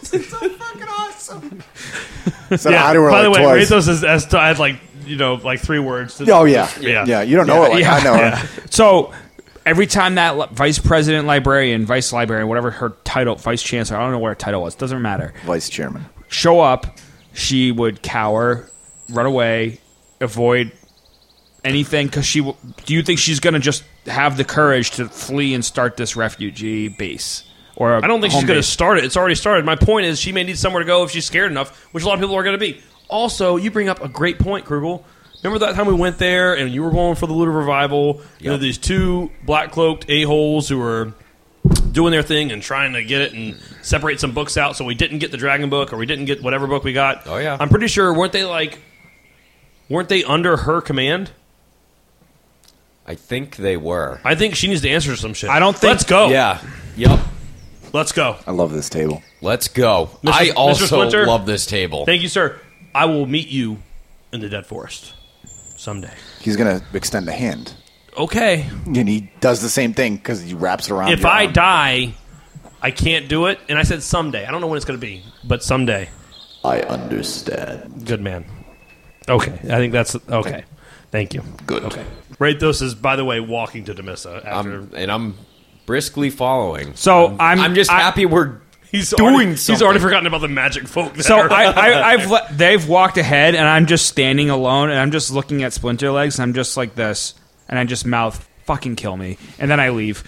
S8: So
S4: Yeah,
S8: I do it
S4: By the
S8: like
S4: way,
S8: twice.
S4: Rathos is as I had like you know like three words. To
S8: Oh yeah. yeah,
S4: Yeah.
S8: You don't know it like I know her.
S3: So every time that li- vice president, librarian, vice librarian, whatever her title, vice chancellor, I don't know what her title was, doesn't matter,
S8: Vice chairman.
S3: show up, she would cower, run away, avoid anything because she w- do you think she's going to just have the courage to flee and start this refugee base or I
S4: I don't think she's going to start it. It's already started. My point is, she may need somewhere to go if she's scared enough, which a lot of people are going to be. Also, you bring up a great point, Krugel. Remember that time we went there and you were going for the looter revival? You know,
S2: Yep.
S4: these two black cloaked a-holes who were doing their thing and trying to get it and separate some books out so we didn't get the dragon book or we didn't get whatever book we got.
S2: Oh, yeah.
S4: I'm pretty sure, weren't they like, weren't they under her command?
S2: I think they were.
S4: I think she needs to answer some shit.
S3: I don't think-
S4: Let's go.
S2: Yeah. Yep.
S4: Let's go.
S8: I love this table.
S2: Let's go.
S4: Mr.
S2: I
S4: Mr.
S2: also
S4: Splinter?
S2: love this table.
S4: Thank you, sir. I will meet you in the Dead Forest someday.
S8: He's gonna extend a hand,
S4: Okay.
S8: and he does the same thing because he wraps it around.
S4: If
S8: your
S4: I
S8: arm.
S4: die, I can't do it. And I said someday. I don't know when it's going to be, but someday.
S8: I understand.
S4: Good man. Okay. I think that's okay. Thank you.
S8: Good.
S4: Okay. Rathos is, by the way, walking to Demissa after.
S2: I'm, Um, and I'm briskly following.
S3: So I'm
S2: I'm just
S3: I-
S2: happy we're
S4: he's
S2: doing
S4: already, He's
S2: something.
S4: already forgotten about the magic folk. There.
S3: So I, I, I've le- they've walked ahead, and I'm just standing alone, and I'm just looking at Splinter Legs, and I'm just like this, and I just mouth "fucking kill me," and then I leave.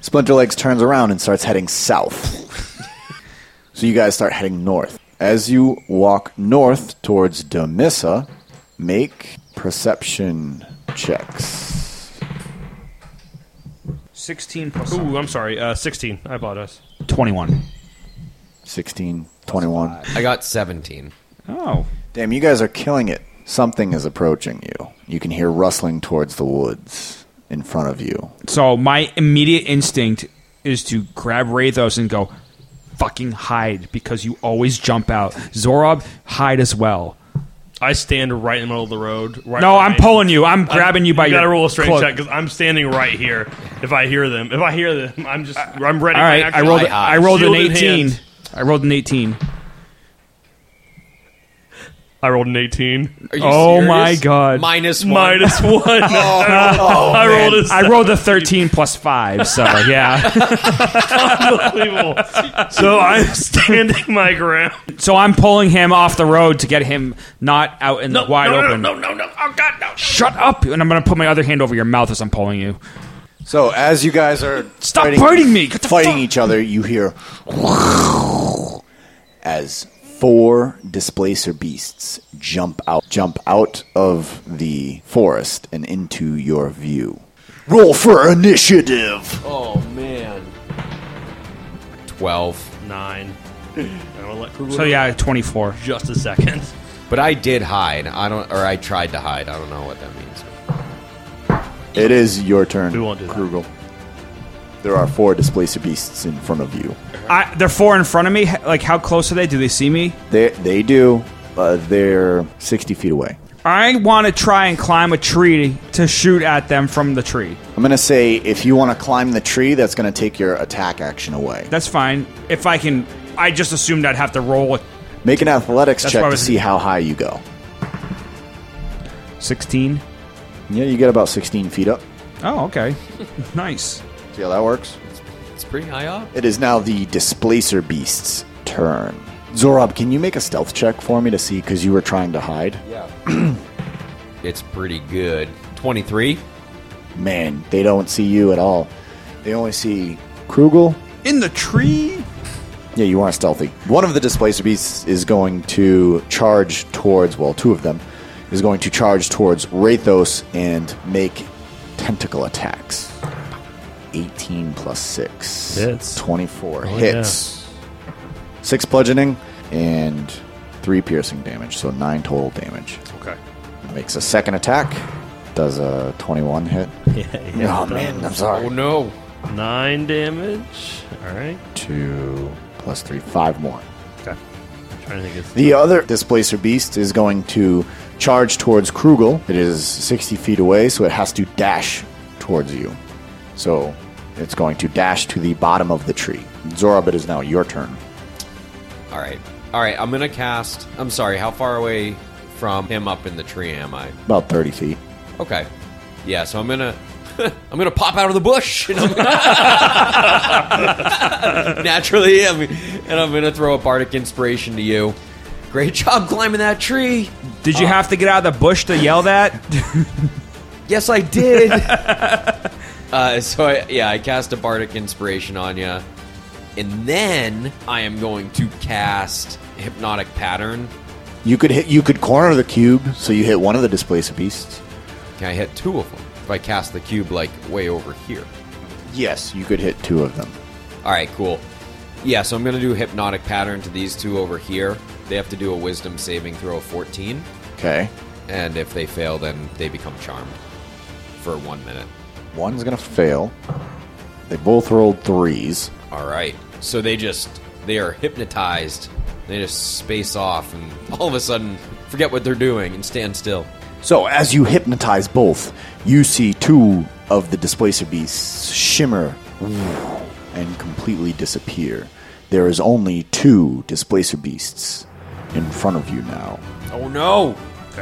S8: Splinterlegs turns around and starts heading south. so you guys start heading north. As you walk north towards Demissa, make perception checks.
S3: Sixteen plus
S4: Ooh, I'm sorry. Uh, 16. I apologize.
S3: twenty-one.
S8: 16, 21.
S2: I got 17.
S3: Oh,
S8: Damn, you guys are killing it. Something is approaching you. You can hear rustling towards the woods in front of you.
S3: so my immediate instinct is to grab Rathos and go, "Fucking hide," because you always jump out. Zorob, hide as well.
S4: I stand right in the middle of the road. Right
S3: No,
S4: where
S3: I'm
S4: I-
S3: pulling you. I'm grabbing you by
S4: you
S3: your.
S4: gotta roll a strength
S3: cloak.
S4: check because I'm standing right here. If I hear them, if I hear them, I'm just I'm ready.
S3: All right, I rolled. I rolled an eighteen. I rolled an eighteen.
S4: I rolled an 18.
S2: Are you
S3: Oh
S2: serious?
S3: my God.
S2: Minus one.
S4: Minus one. I rolled, I rolled a
S3: I rolled a 13 plus 5, so yeah.
S4: unbelievable. so I'm standing my ground.
S3: so I'm pulling him off the road to get him not out in the wide
S4: no,
S3: open.
S4: No, no, no, no. Oh, God, no.
S3: Shut up! And I'm going to put my other hand over your mouth as I'm pulling you.
S1: So as you guys are
S3: Stop biting me! Get the
S1: fighting
S3: fuck-
S1: each other, you hear as four displacer beasts jump out jump out of the forest and into your view. Roll for initiative.
S2: Oh man. Twelve.
S4: Nine. I will let Kugler
S3: So yeah, 24.
S4: just a second.
S2: But I did hide. I don't, or I tried to hide. I don't know what that means.
S1: It is your turn.
S4: We won't do that.
S1: Krugel. There are four displacer beasts in front of you.
S3: I, they're four in front of me. Like, how close are they? Do they see me?
S1: They they do. Uh, they're sixty feet away.
S3: I want to try and climb a tree to shoot at them from the tree.
S1: I'm gonna say if you want to climb the tree, that's gonna take your attack action away.
S3: That's fine. If I can, I just assumed I'd have to roll a
S1: Make an athletics
S3: That's
S1: check
S3: why I
S1: to
S3: was-
S1: see how high you go.
S3: 16.
S1: Yeah, you get about 16 feet up.
S3: Oh, okay. nice.
S1: See how that works?
S2: It's pretty high up.
S1: It is now the displacer beast's turn. Zorob, can you make a stealth check for me to see because you were trying to hide?
S2: It's pretty good. Twenty-three.
S1: Man, they don't see you at all. They only see Krugel.
S3: In the tree?
S1: Yeah, you are stealthy. One of the displacer beasts is going to charge towards, well, two of them is going to charge towards Rathos and make tentacle attacks. 18 plus 6.
S9: Hits.
S1: 24 hits. 6 bludgeoning and 3 piercing damage, so 9 total damage.
S4: Okay.
S1: Makes a second attack. Does a 21 hit? oh, man, I'm
S2: Oh
S1: sorry.
S2: no.
S4: Nine damage. All right.
S1: 2 plus 3, 5 more.
S4: trying to think. It's
S1: The other displacer beast is going to charge towards Krugel. It is 60 feet away, so it has to dash towards you. So it's going to dash to the bottom of the tree. Zorob, it is now your turn.
S2: All right. All right. I'm gonna cast. I'm sorry. How far away from him up in the tree am I?
S1: About 30 feet.
S2: Okay. Yeah. So I'm gonna. I'm gonna pop out of the bush. And I'm naturally, I'm, and I'm gonna throw a bardic inspiration to you. Great job climbing that tree.
S3: Did
S1: Uh.
S3: you have to get out of the bush to yell that?
S2: Yes, I did. uh, so I, yeah, I cast a bardic inspiration on you, and then I am going to cast hypnotic pattern.
S1: You could hit. You could corner the cube, so you hit one of the displacer beasts.
S2: Can I hit two of them if I cast the cube like way over here?
S1: Yes, you could hit two of them.
S2: All right, cool. Yeah, so I'm gonna do hypnotic pattern to these two over here. They have to do a wisdom saving throw of 14,
S1: Okay.
S2: and if they fail, then they become charmed for one minute.
S1: One's gonna fail. They both rolled threes.
S2: All right. So they just they are hypnotized. They just space off and all of a sudden forget what they're doing and stand still.
S1: So, as you hypnotize both, you see two of the displacer beasts shimmer and completely disappear. There is only two displacer beasts in front of you now.
S2: Oh no.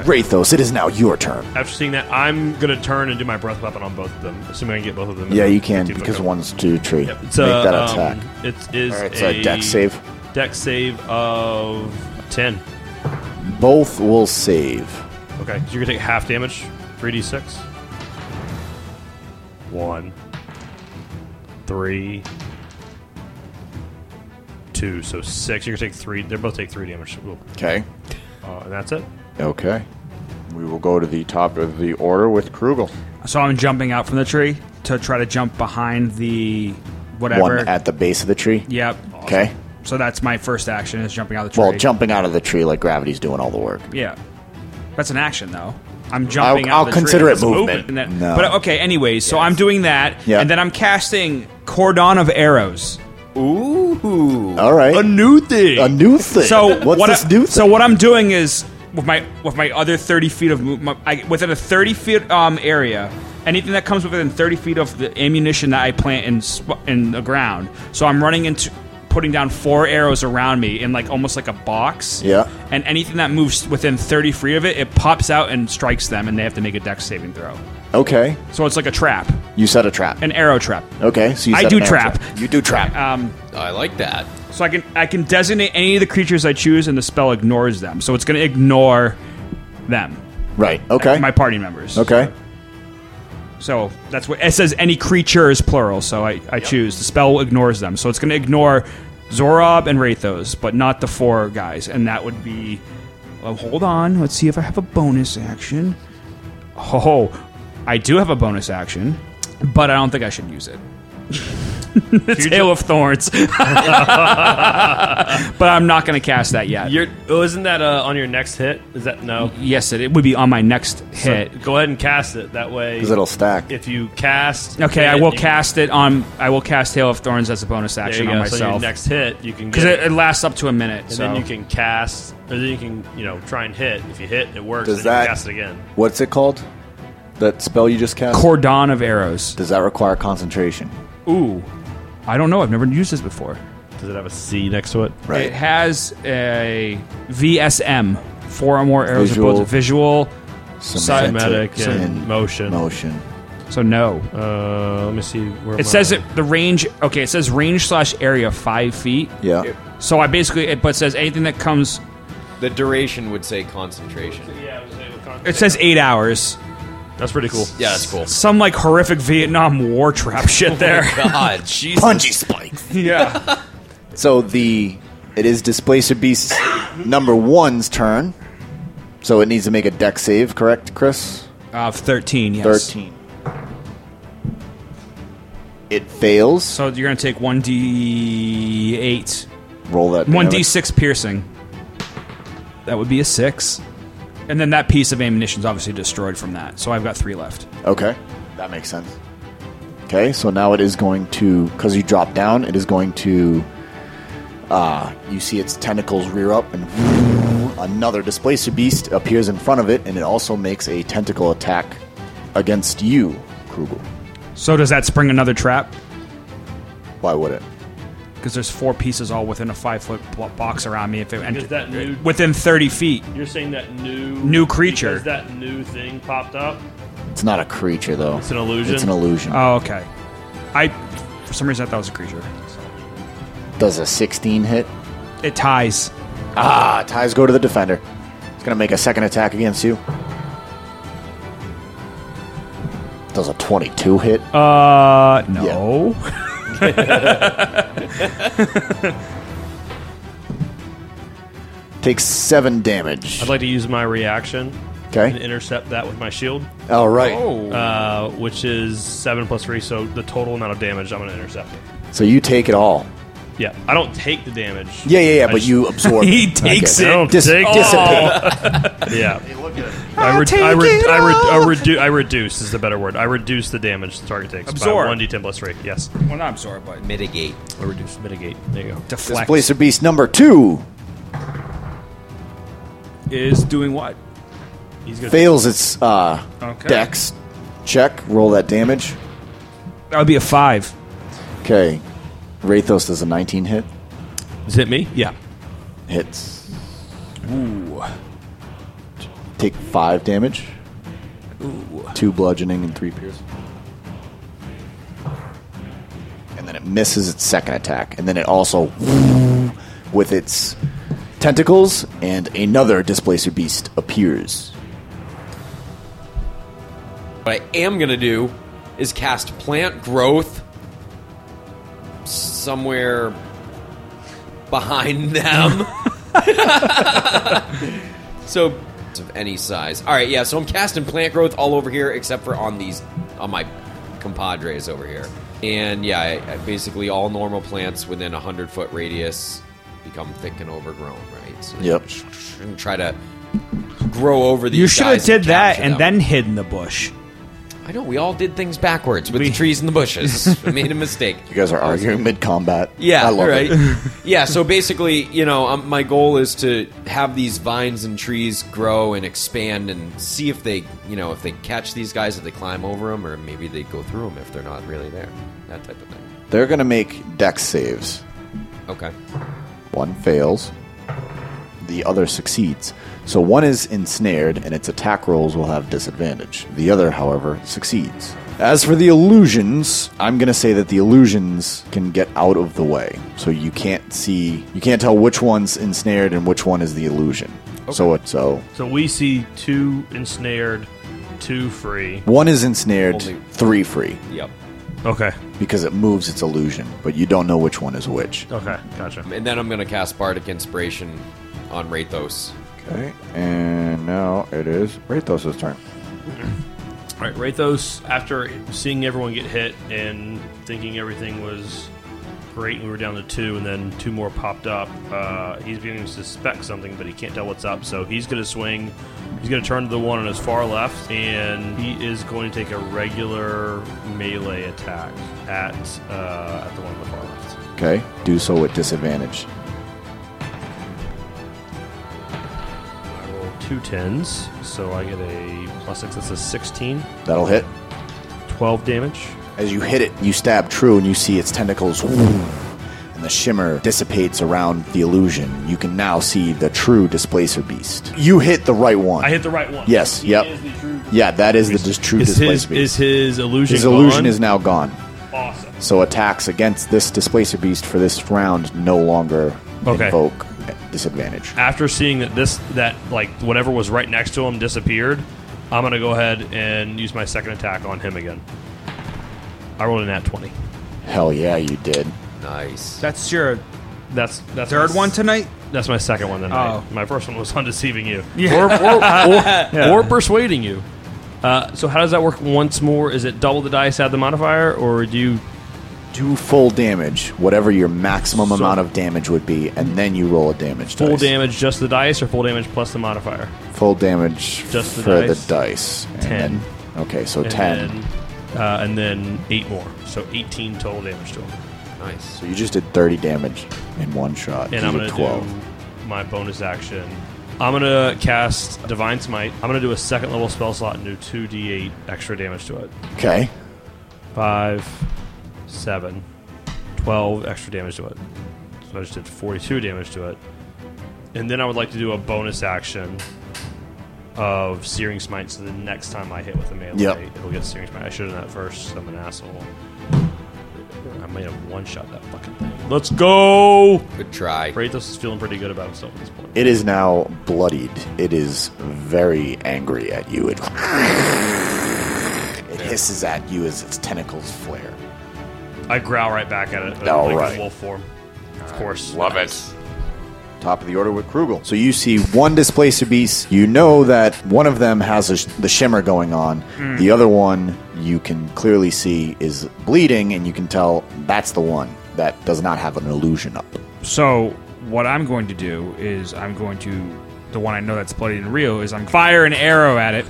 S1: Rathos, it is now your turn.
S4: After seeing that, I'm gonna turn and do my breath weapon on both of them, assuming I can get both of them. in
S1: Yeah,
S4: the
S1: you can
S4: 15 foot
S1: because
S4: cone.
S1: one's two tree.
S4: Yep.
S1: Make
S4: It's a,
S1: that
S4: um,
S1: attack.
S4: It is
S1: Alright, it's a dex save.
S4: Deck save of ten.
S1: Both will save.
S4: Okay, so you're gonna take half damage, three d six. One, three, two. So six. You're gonna take three. They both take three damage. Ooh.
S1: Okay.
S4: Uh, and that's it.
S1: Okay. We will go to the top of the order with Krugel.
S3: so I'm jumping out from the tree to try to jump behind the whatever.
S1: One at the base of the tree.
S3: yep.
S1: Okay.
S3: So that's my first action is jumping out of the tree.
S1: Well, jumping out of the tree like gravity's doing all the work.
S3: Yeah. That's an action, though. I'm jumping out
S1: I'll
S3: of the tree.
S1: consider it
S3: That's a
S1: movement.
S3: And
S1: No.
S3: then- But okay, anyways, so I'm doing that,
S1: Yeah.
S3: and then I'm casting Cordon of Arrows.
S2: Ooh.
S1: All right.
S4: new thing.
S1: a new thing.
S3: So
S1: what's
S3: what
S1: this
S3: I,
S1: new thing?
S3: So what I'm doing is with my with my other 30 feet of movement, I, within a 30 feet um, area, anything that comes within 30 feet of the ammunition that I plant in sp- in the ground. So I'm running into. pu- putting down four arrows around me in like almost like a box.
S1: Yeah.
S3: And anything that moves within 30 feet of it, it pops out and strikes them, and they have to make a dex saving throw.
S1: Okay.
S3: So it's like a trap,
S1: You set a trap.
S3: an arrow trap.
S1: okay. So you
S3: I
S1: set
S3: do
S1: an arrow
S3: trap.
S1: You do trap.
S3: Um,
S2: I like that.
S3: so I can I can designate any of the creatures I choose, and the spell ignores them. So it's going to ignore them,
S1: right. Okay.
S3: Uh, my party members.
S1: okay.
S3: So that's what it says. Any creature is plural, so I, I choose. The spell ignores them, so it's going to ignore Zorob and Rathos, but not the four guys. And that would be. Well, hold on. Let's see if I have a bonus action. Oh, I do have a bonus action, but I don't think I should use it. Tail of Thorns. but I'm not going to cast that yet.
S4: You're, oh, isn't that uh, on your next hit? Is that no?
S3: yes, it, it would be on my next hit.
S4: So go ahead and cast it. That way,
S1: Because it'll stack.
S4: if you cast,
S3: okay, I
S4: it,
S3: will
S4: you-
S3: cast it on. I will cast Tail of Thorns as a bonus
S4: There
S3: action
S4: you go.
S3: on
S4: So your
S3: myself.
S4: next hit, you can
S3: because
S4: get
S3: it,
S4: it,
S3: it lasts up to a minute.
S4: and
S3: so
S4: then you can cast, or then you can you know try and hit. If you hit, it works.
S1: Does
S4: then you
S1: that-
S4: can cast it again?
S1: What's it called? That spell you just cast?
S3: cordon of arrows.
S1: Does that require concentration?
S3: Ooh, I don't know. I've never used this before.
S4: Does it have a C next to it?
S1: Right.
S3: It has a VSM. Four or more arrows
S1: Visual-
S3: are both visual.
S1: Semantic
S4: Cymatic and motion.
S1: Motion.
S3: So no.
S4: Uh, let me see. Where am
S3: It says
S4: I?
S3: it the range. Okay, it says range slash area five feet.
S1: Yeah.
S3: So I basically, it, but it says anything that comes.
S2: The duration would say concentration.
S3: It says eight hours.
S4: That's pretty cool.
S2: Yeah, that's cool.
S3: Some like horrific Vietnam War trap shit there.
S2: God, Jesus.
S1: Punji spikes.
S3: yeah.
S1: So the it is displacer beast number one's turn. So it needs to make a deck save, correct, Chris?
S3: Of thirteen. Yes.
S1: Thirteen. It fails.
S3: So you're gonna take one d eight.
S1: Roll that.
S3: One d
S1: damage.
S3: six piercing. That would be a six, and then that piece of ammunition is obviously destroyed from that. So I've got three left.
S1: Okay, that makes sense. Okay, so now it is going to because you drop down. It is going to. Uh, you see its tentacles rear up, and another displacer beast appears in front of it, and it also makes a tentacle attack against you, Krugel.
S3: So does that spring another trap?
S1: Why would it?
S3: Because there's four pieces all within a five foot box around me. If it
S4: Because that new-
S3: within thirty feet,
S4: You're saying that new
S3: New creature.
S4: because that new thing popped up.
S1: It's not a creature, though.
S4: It's an illusion?
S1: It's an illusion.
S3: oh okay. I for some reason I thought it was a creature.
S1: Does a 16 hit?
S3: It ties.
S1: Ah, ties go to the defender. It's going to make a second attack against you. Does a 22 hit?
S3: Uh no.
S1: Takes 7 damage.
S4: I'd like to use my reaction and
S1: Okay.
S4: intercept that with my shield,
S1: All right.
S3: Oh.
S4: uh, which is seven plus three, so the total amount of damage I'm going to intercept it.
S1: So you take it all.
S4: Yeah, I don't take the damage.
S1: Yeah, yeah, yeah,
S4: I
S1: but
S4: just-
S1: you absorb
S3: He takes
S4: I
S1: Okay.
S3: it. Oh.
S4: don't
S1: Dis-
S4: take
S1: dissipate.
S4: Yeah, I, re- I, re- I, re- I, redu- I reduce is the better word. I reduce the damage the target takes
S3: Absorb.
S4: by one d10 plus three. Yes,
S3: Well, not absorb, but
S2: Mitigate.
S4: I reduce, mitigate. There you go.
S3: deflect
S1: Displacer Beast number 2
S3: is doing what?
S4: He's gonna
S1: fails its uh,
S3: Okay.
S1: dex check. Roll that damage.
S3: That would be a five.
S1: Okay. Rathos does a 19 hit.
S4: Does it hit me? Yeah.
S1: Hits. Ooh. Take five damage. Two bludgeoning and three piercing. And then it misses its second attack. And then it also with its tentacles and another displacer beast appears.
S2: What I am gonna do is cast plant growth somewhere behind them. so of any size. All right, yeah. So I'm casting plant growth all over here, except for on these on my compadres over here. And yeah, I, I basically all normal plants within a hundred foot radius become thick and overgrown, right? So
S1: Yep.
S2: And try to grow over these.
S3: You should have
S2: guys
S3: did that
S2: capture
S3: and
S2: them.
S3: then hid in the bush.
S2: I know we all did things backwards with the trees and the bushes. we made a mistake.
S1: You guys are arguing mid combat.
S2: Yeah,
S1: I love
S2: right.
S1: it.
S2: yeah, so basically, you know, um, my goal is to have these vines and trees grow and expand and see if they, you know, if they catch these guys, if they climb over them, or maybe they go through them if they're not really there. That type of thing.
S1: They're gonna make dex saves.
S2: Okay.
S1: One fails, the other succeeds. So one is ensnared, and its attack rolls will have disadvantage. The other, however, succeeds. As for the illusions, I'm going to say that the illusions can get out of the way. So you can't see, you can't tell which one's ensnared and which one is the illusion. So it, so
S4: So we see two ensnared, two free.
S1: one is ensnared,
S2: Only-
S1: three free
S2: Yep.
S4: Okay.
S1: because it moves its illusion, but you don't know which one is which.
S4: Okay. Gotcha.
S2: And then I'm gonna cast Bardic Inspiration on Rathos.
S1: Okay, and now it is Rathos' turn.
S4: All right, Rathos, after seeing everyone get hit and thinking everything was great and we were down to two and then two more popped up, uh, he's beginning to suspect something, but he can't tell what's up. So he's going to swing. He's going to turn to the one on his far left, and he is going to take a regular melee attack at, uh, at the one on the far left.
S1: Okay, do so with disadvantage.
S4: I roll two tens, so I get a plus six. That's a 16.
S1: That'll hit.
S4: 12 damage.
S1: As you hit it, you stab true and you see its tentacles whoosh, and the shimmer dissipates around the illusion. You can now see the true displacer beast. You hit the right one.
S4: I hit the right one.
S1: Yes,
S4: He
S1: yep.
S4: is the true-
S1: yeah, that is the dis- true
S4: Is
S1: displacer
S4: his,
S1: beast.
S4: is his illusion
S1: His illusion
S4: gone?
S1: is now gone.
S4: awesome.
S1: So attacks against this displacer beast for this round no longer
S4: Okay. Ah.
S1: invoke disadvantage.
S4: After seeing that this that like whatever was right next to him disappeared, I'm gonna go ahead and use my second attack on him again. I rolled an at twenty.
S1: Hell yeah, you did.
S2: Nice.
S3: That's your
S4: That's that's
S3: third
S4: my,
S3: one tonight.
S4: That's my second one. Then
S3: Oh.
S4: my first one was undeceiving you or, or, or, or persuading you. Uh, so how does that work once more? Is it double the dice, add the modifier, or do you?
S1: Do full damage, whatever your maximum amount of damage would be, and then you roll a damage
S4: Full
S1: dice.
S4: damage, just the dice, or full damage plus the modifier?
S1: Full damage
S4: Just the
S1: for
S4: dice?
S1: the dice. And
S4: Ten.
S1: then- okay, so
S4: And
S1: 10.
S4: Then, uh, and then eight more, so eighteen total damage to him.
S2: Nice.
S1: So you just did 30 damage in one shot.
S4: and
S1: You
S4: I'm
S1: did
S4: gonna do my bonus action. I'm gonna cast Divine Smite. I'm gonna do a second level spell slot and do two d8 extra damage to it.
S1: Okay.
S4: Five, seven, twelve extra damage to it. So I just did 42 damage to it. And then I would like to do a bonus action of Searing Smite. So the next time I hit with a melee,
S1: Yep.
S4: it'll get Searing Smite. I should have done that first. 'cause I'm an asshole. I might have one shot that fucking thing. Let's go.
S2: Good try.
S4: Kratos is feeling pretty good about himself at this point.
S1: It is now bloodied. It is very angry at you. It, it hisses at you as its tentacles flare.
S4: I growl right back at it. uh,
S1: All
S4: like
S1: right.
S4: wolf form. Of course.
S10: Love it.
S1: Top of the order with Krugel. So you see one displacer beast. You know that one of them has a sh- the shimmer going on. The other one you can clearly see is bleeding, and you can tell that's the one that does not have an illusion up.
S3: So what I'm going to do is I'm going to the one I know that's bloody in Rio is I'm fire an arrow at it,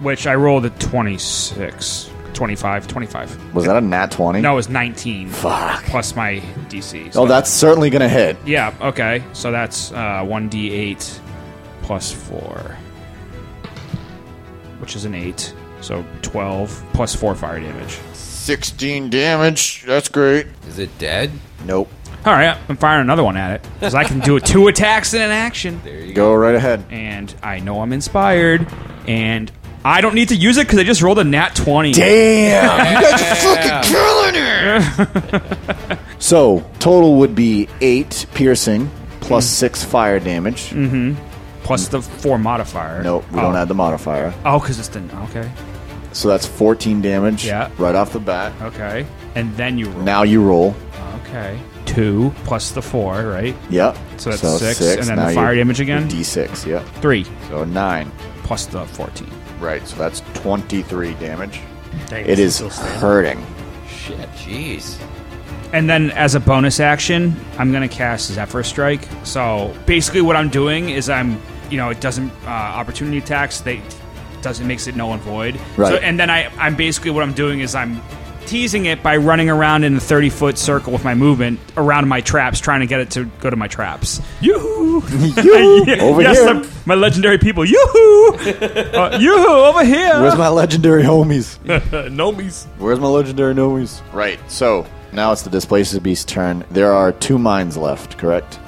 S3: which I rolled a 26, 25, 25.
S1: Was that a nat 20?
S3: No, it was 19
S1: Fuck.
S3: plus my DC. So
S1: Oh, that's certainly going to hit.
S3: yeah. Okay, so that's uh, 1d8 plus four, which is an eight. So 12 plus four fire damage.
S1: 16 damage. That's great.
S2: Is it dead?
S1: Nope.
S3: All right, I'm firing another one at it because I can do two attacks in an action.
S1: Go right ahead.
S3: and I know I'm inspired, and I don't need to use it because I just rolled a nat 20.
S1: Damn! You guys are fucking killing her! so, total would be 8 piercing plus 6 fire damage.
S3: Plus the 4 modifier.
S1: Nope, we
S3: oh.
S1: don't add the modifier.
S3: Oh, because it's the. Okay.
S1: So that's 14 damage
S3: Yeah.
S1: right off the bat.
S3: Okay. And then you roll.
S1: Now you roll.
S3: Okay. 2 plus the 4, right?
S1: Yep.
S3: So that's six, and then
S1: Now
S3: the fire
S1: you're-
S3: damage again?
S1: you're D6, yep.
S3: 3
S1: So 9.
S3: plus the 14.
S1: Right, so that's 23 damage.
S4: Dang,
S1: It
S4: this
S1: is
S4: still standing.
S1: hurting.
S2: Shit. Jeez.
S3: And then as a bonus action, I'm going to cast Zephyr Strike. So basically, what I'm doing is I'm, you know, it doesn't uh, opportunity attacks. They doesn't makes it null and void. So,
S1: Right.
S3: and then I, I'm basically what I'm doing is I'm teasing it by running around in a 30 foot circle with my movement around my traps, trying to get it to go to my traps. Yoo-hoo!
S1: Over
S3: yes,
S1: here.
S3: I'm- my legendary people. Yoo-hoo! uh, yoo-hoo! Over here.
S1: Where's my legendary homies?
S4: Gnomies.
S1: Where's my legendary noise? Right. So Now it's the Displaces Beast's turn. There are two mines left, correct?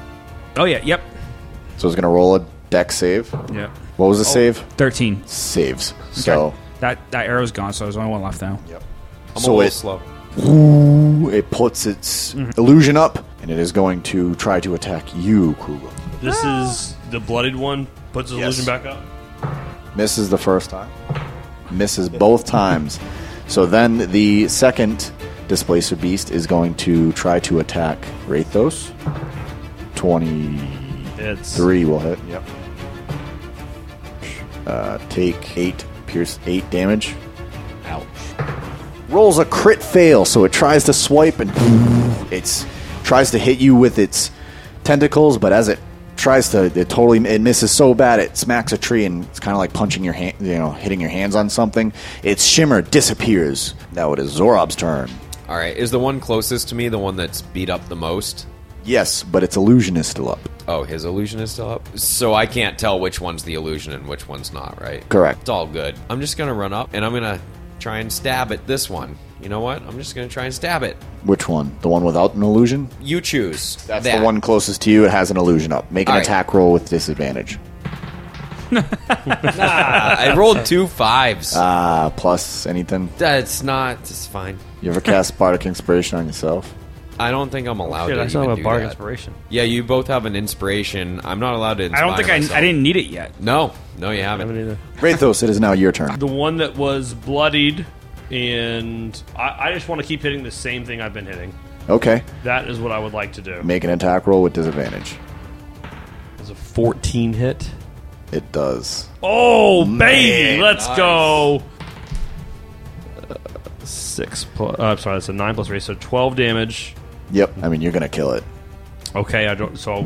S3: Oh yeah. Yep.
S1: So it's going to roll a deck save.
S3: Yep.
S1: What was the
S3: Oh.
S1: save?
S3: Thirteen.
S1: Saves. So
S3: That that arrow's gone, so there's only one left now.
S2: I'm
S1: So
S2: a little
S1: it-
S2: slow. Mm-hmm.
S1: ooh, it puts its illusion up, and it is going to try to attack you, Kugel.
S4: This
S9: Ah.
S4: is the blooded one. Puts his
S1: Yes.
S4: illusion back up.
S1: Misses the first time. Misses both times. So then the second Displacer Beast is going to try to attack Rathos. 23
S4: It's
S1: will hit. Yep. Uh, take 8, pierce 8 damage. Ouch. Rolls a crit fail, so it tries to swipe and it's tries to hit you with its tentacles, but as it tries to, it totally it misses so bad it smacks a tree and it's kind of like punching your hand, you know, hitting your hands on something. Its shimmer disappears. Now it is Zorob's turn.
S2: All right, is the one closest to me the one that's beat up the most?
S1: Yes, but its illusion is still up.
S2: Oh, his illusion is still up. So I can't tell which one's the illusion and which one's not, right?
S1: Correct.
S2: It's all good. I'm just going to run up and I'm going to try and stab at this one. You know what? I'm just going to try and stab it.
S1: Which one? The one without an illusion?
S2: You choose.
S1: That's
S2: that.
S1: the one closest to you. It has an illusion up. Make an
S2: All right.
S1: attack roll with disadvantage.
S2: I rolled two fives.
S1: Ah, plus anything.
S2: That's not. It's fine.
S1: You ever cast Bardic Inspiration on yourself?
S2: I don't think I'm allowed
S9: Shit,
S2: to
S9: I still
S2: even
S9: have a
S2: do
S9: bark
S2: that.
S9: inspiration.
S2: Yeah, you both have an inspiration. I'm not allowed to.
S3: I
S2: Inspire
S3: don't think I, I
S2: myself.
S3: didn't need it yet.
S2: No, no, you
S9: I
S2: haven't.
S9: haven't either.
S1: Rathos, it is now your turn.
S4: the one that was bloodied, and I, I just want to keep hitting the same thing I've been hitting.
S1: Okay.
S4: That is what I would like to do.
S1: Make an attack roll with disadvantage.
S4: It's a 14 hit.
S1: It does.
S4: Oh, baby,
S1: Man,
S4: let's
S2: nice.
S4: go. Uh, Six plus. Uh, I'm sorry, that's a nine plus three, so 12 damage.
S1: Yep. I mean, you're gonna kill it.
S4: Okay, I don't. So uh,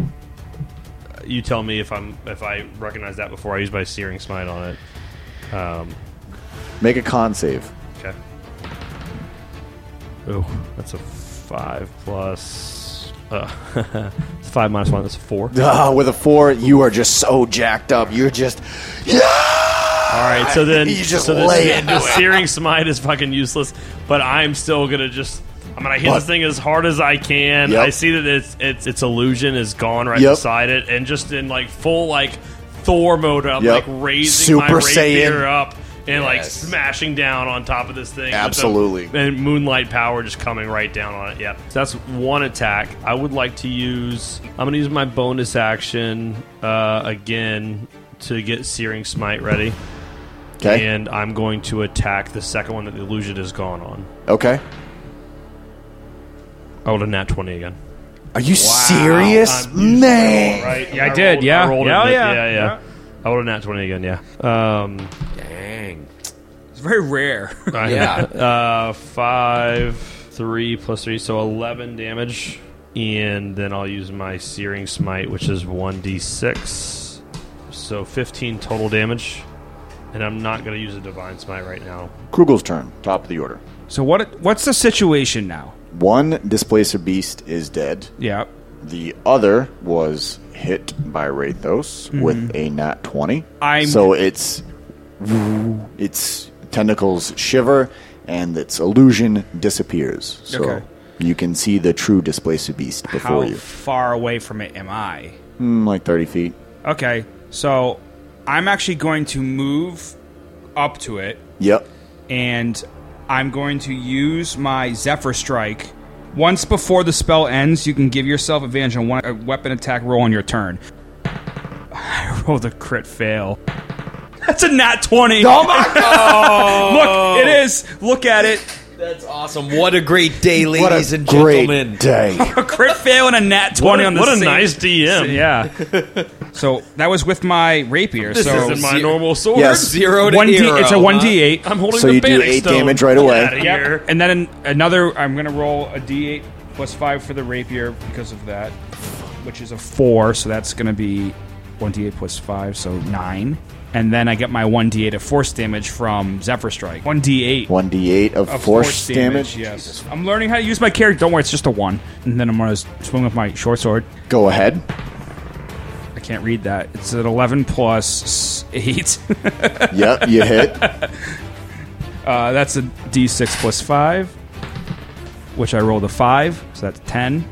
S4: you tell me if I'm if I recognize that before I use my searing smite on it. Um,
S1: Make a con save.
S4: okay. Oh, that's a five plus. Uh, it's five minus one. That's a four. All
S1: Ah, with a four, you are just so jacked up. You're just yeah.
S4: right, so then
S1: You just
S4: so then
S1: lay
S4: the,
S1: into
S4: the searing smite is fucking useless. But I'm still gonna just. I'm gonna hit
S1: But-
S4: this thing as hard as I can.
S1: Yep.
S4: I see that it's it's its illusion is gone right
S1: Yep.
S4: beside it, and just in like full like Thor mode, I'm
S1: Yep.
S4: like raising my
S1: Super
S4: rapier
S1: Saiyan.
S4: up and like
S2: Yes.
S4: smashing down on top of this thing. with the-
S1: Absolutely.
S4: and moonlight power just coming right down on it. Yep. So that's one attack. I would like to use. I'm gonna use my bonus action uh, again to get Searing Smite ready,
S1: Okay.
S4: and I'm going to attack the second one that the illusion is gone on.
S1: Okay.
S4: I rolled a nat 20 again.
S1: Are you serious,
S4: I'm using
S1: man?
S4: Right?
S3: Yeah, I did,
S4: rolled-
S3: yeah.
S4: rolled a
S3: Yeah,
S4: nat-
S3: yeah.
S4: yeah, yeah. I rolled a nat 20 again, yeah. Um,
S2: Dang.
S3: It's very rare.
S2: Yeah.
S4: uh, 5, 3 plus 3, so 11 damage. And then I'll use my Searing Smite, which is 1d6. So 15 total damage. And I'm not going to use a Divine Smite right now.
S1: Krugel's turn. Top of the order.
S3: so what? What's the situation now?
S1: One displacer beast is dead.
S3: Yeah.
S1: The other was hit by Rathos with a nat 20.
S3: I'm-
S1: so its its tentacles shiver and its illusion disappears. So
S3: Okay.
S1: you can see the true displacer beast
S3: How
S1: before you.
S3: far away from it am I?
S1: Mm, like 30 feet.
S3: Okay, so I'm actually going to move up to it,
S1: Yep.
S3: and I'm going to use my Zephyr Strike. Once before the spell ends, you can give yourself advantage on one a weapon attack roll on your turn. I rolled a crit fail. That's a nat 20. Oh my god! Look, it is. Look at it.
S2: That's awesome. What a great day, ladies
S1: What a
S2: and gentlemen.
S1: great day.
S3: A crit fail and a nat 20
S4: What a,
S3: on the
S4: what a
S3: same-
S4: nice DM.
S3: Yeah. so that was with my rapier.
S4: This
S3: so
S4: isn't my
S2: zero-
S4: normal sword.
S1: Yes.
S2: Zero to
S3: one D.
S2: hero.
S3: It's a
S2: huh?
S3: one D eight.
S4: I'm holding
S1: So
S4: the
S1: you do
S4: Bannock
S1: eight
S4: stone.
S1: damage right
S4: Get
S1: away.
S4: outta here.
S3: And then an- another. I'm gonna roll a D eight plus five for the rapier because of that, which is a four. So that's gonna be one D eight plus five, so nine. And then I get my one D eight of force damage from Zephyr Strike. One D eight.
S1: 1d8 of,
S3: Of
S1: force, damage.
S3: yes. I'm learning how to use my character. Don't worry, it's just a one. And then I'm gonna s- swing with my short sword.
S1: Go ahead.
S3: I can't read that. It's an eleven plus s- eight.
S1: Yep, you hit.
S3: Uh, that's a D6 plus five. which I rolled a five, so that's ten.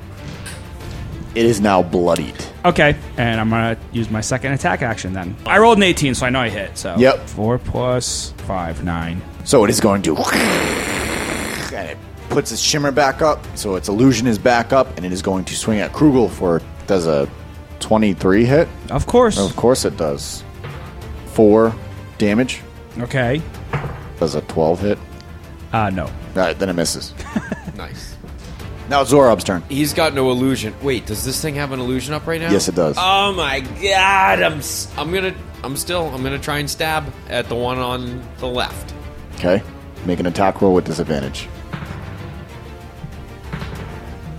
S1: It is now bloodied.
S3: Okay, and I'm gonna use my second attack action then. I rolled an 18, so I know I hit. So
S1: Yep.
S3: four plus five, nine.
S1: So it is going to. And it puts its shimmer back up, so its illusion is back up, and it is going to swing at Krugel for. Does a 23 hit?
S3: Of course.
S1: Of course it does. Four damage.
S3: Okay.
S1: Does a 12 hit?
S3: Uh, no.
S1: Alright, then it misses.
S2: Nice.
S1: Now it's Zorob's turn.
S2: He's got no illusion. Wait, does this thing have an illusion up right now?
S1: Yes, it does.
S2: Oh my god! I'm s- I'm gonna I'm still I'm gonna try and stab at the one on the left.
S1: Okay. Make an attack roll with disadvantage.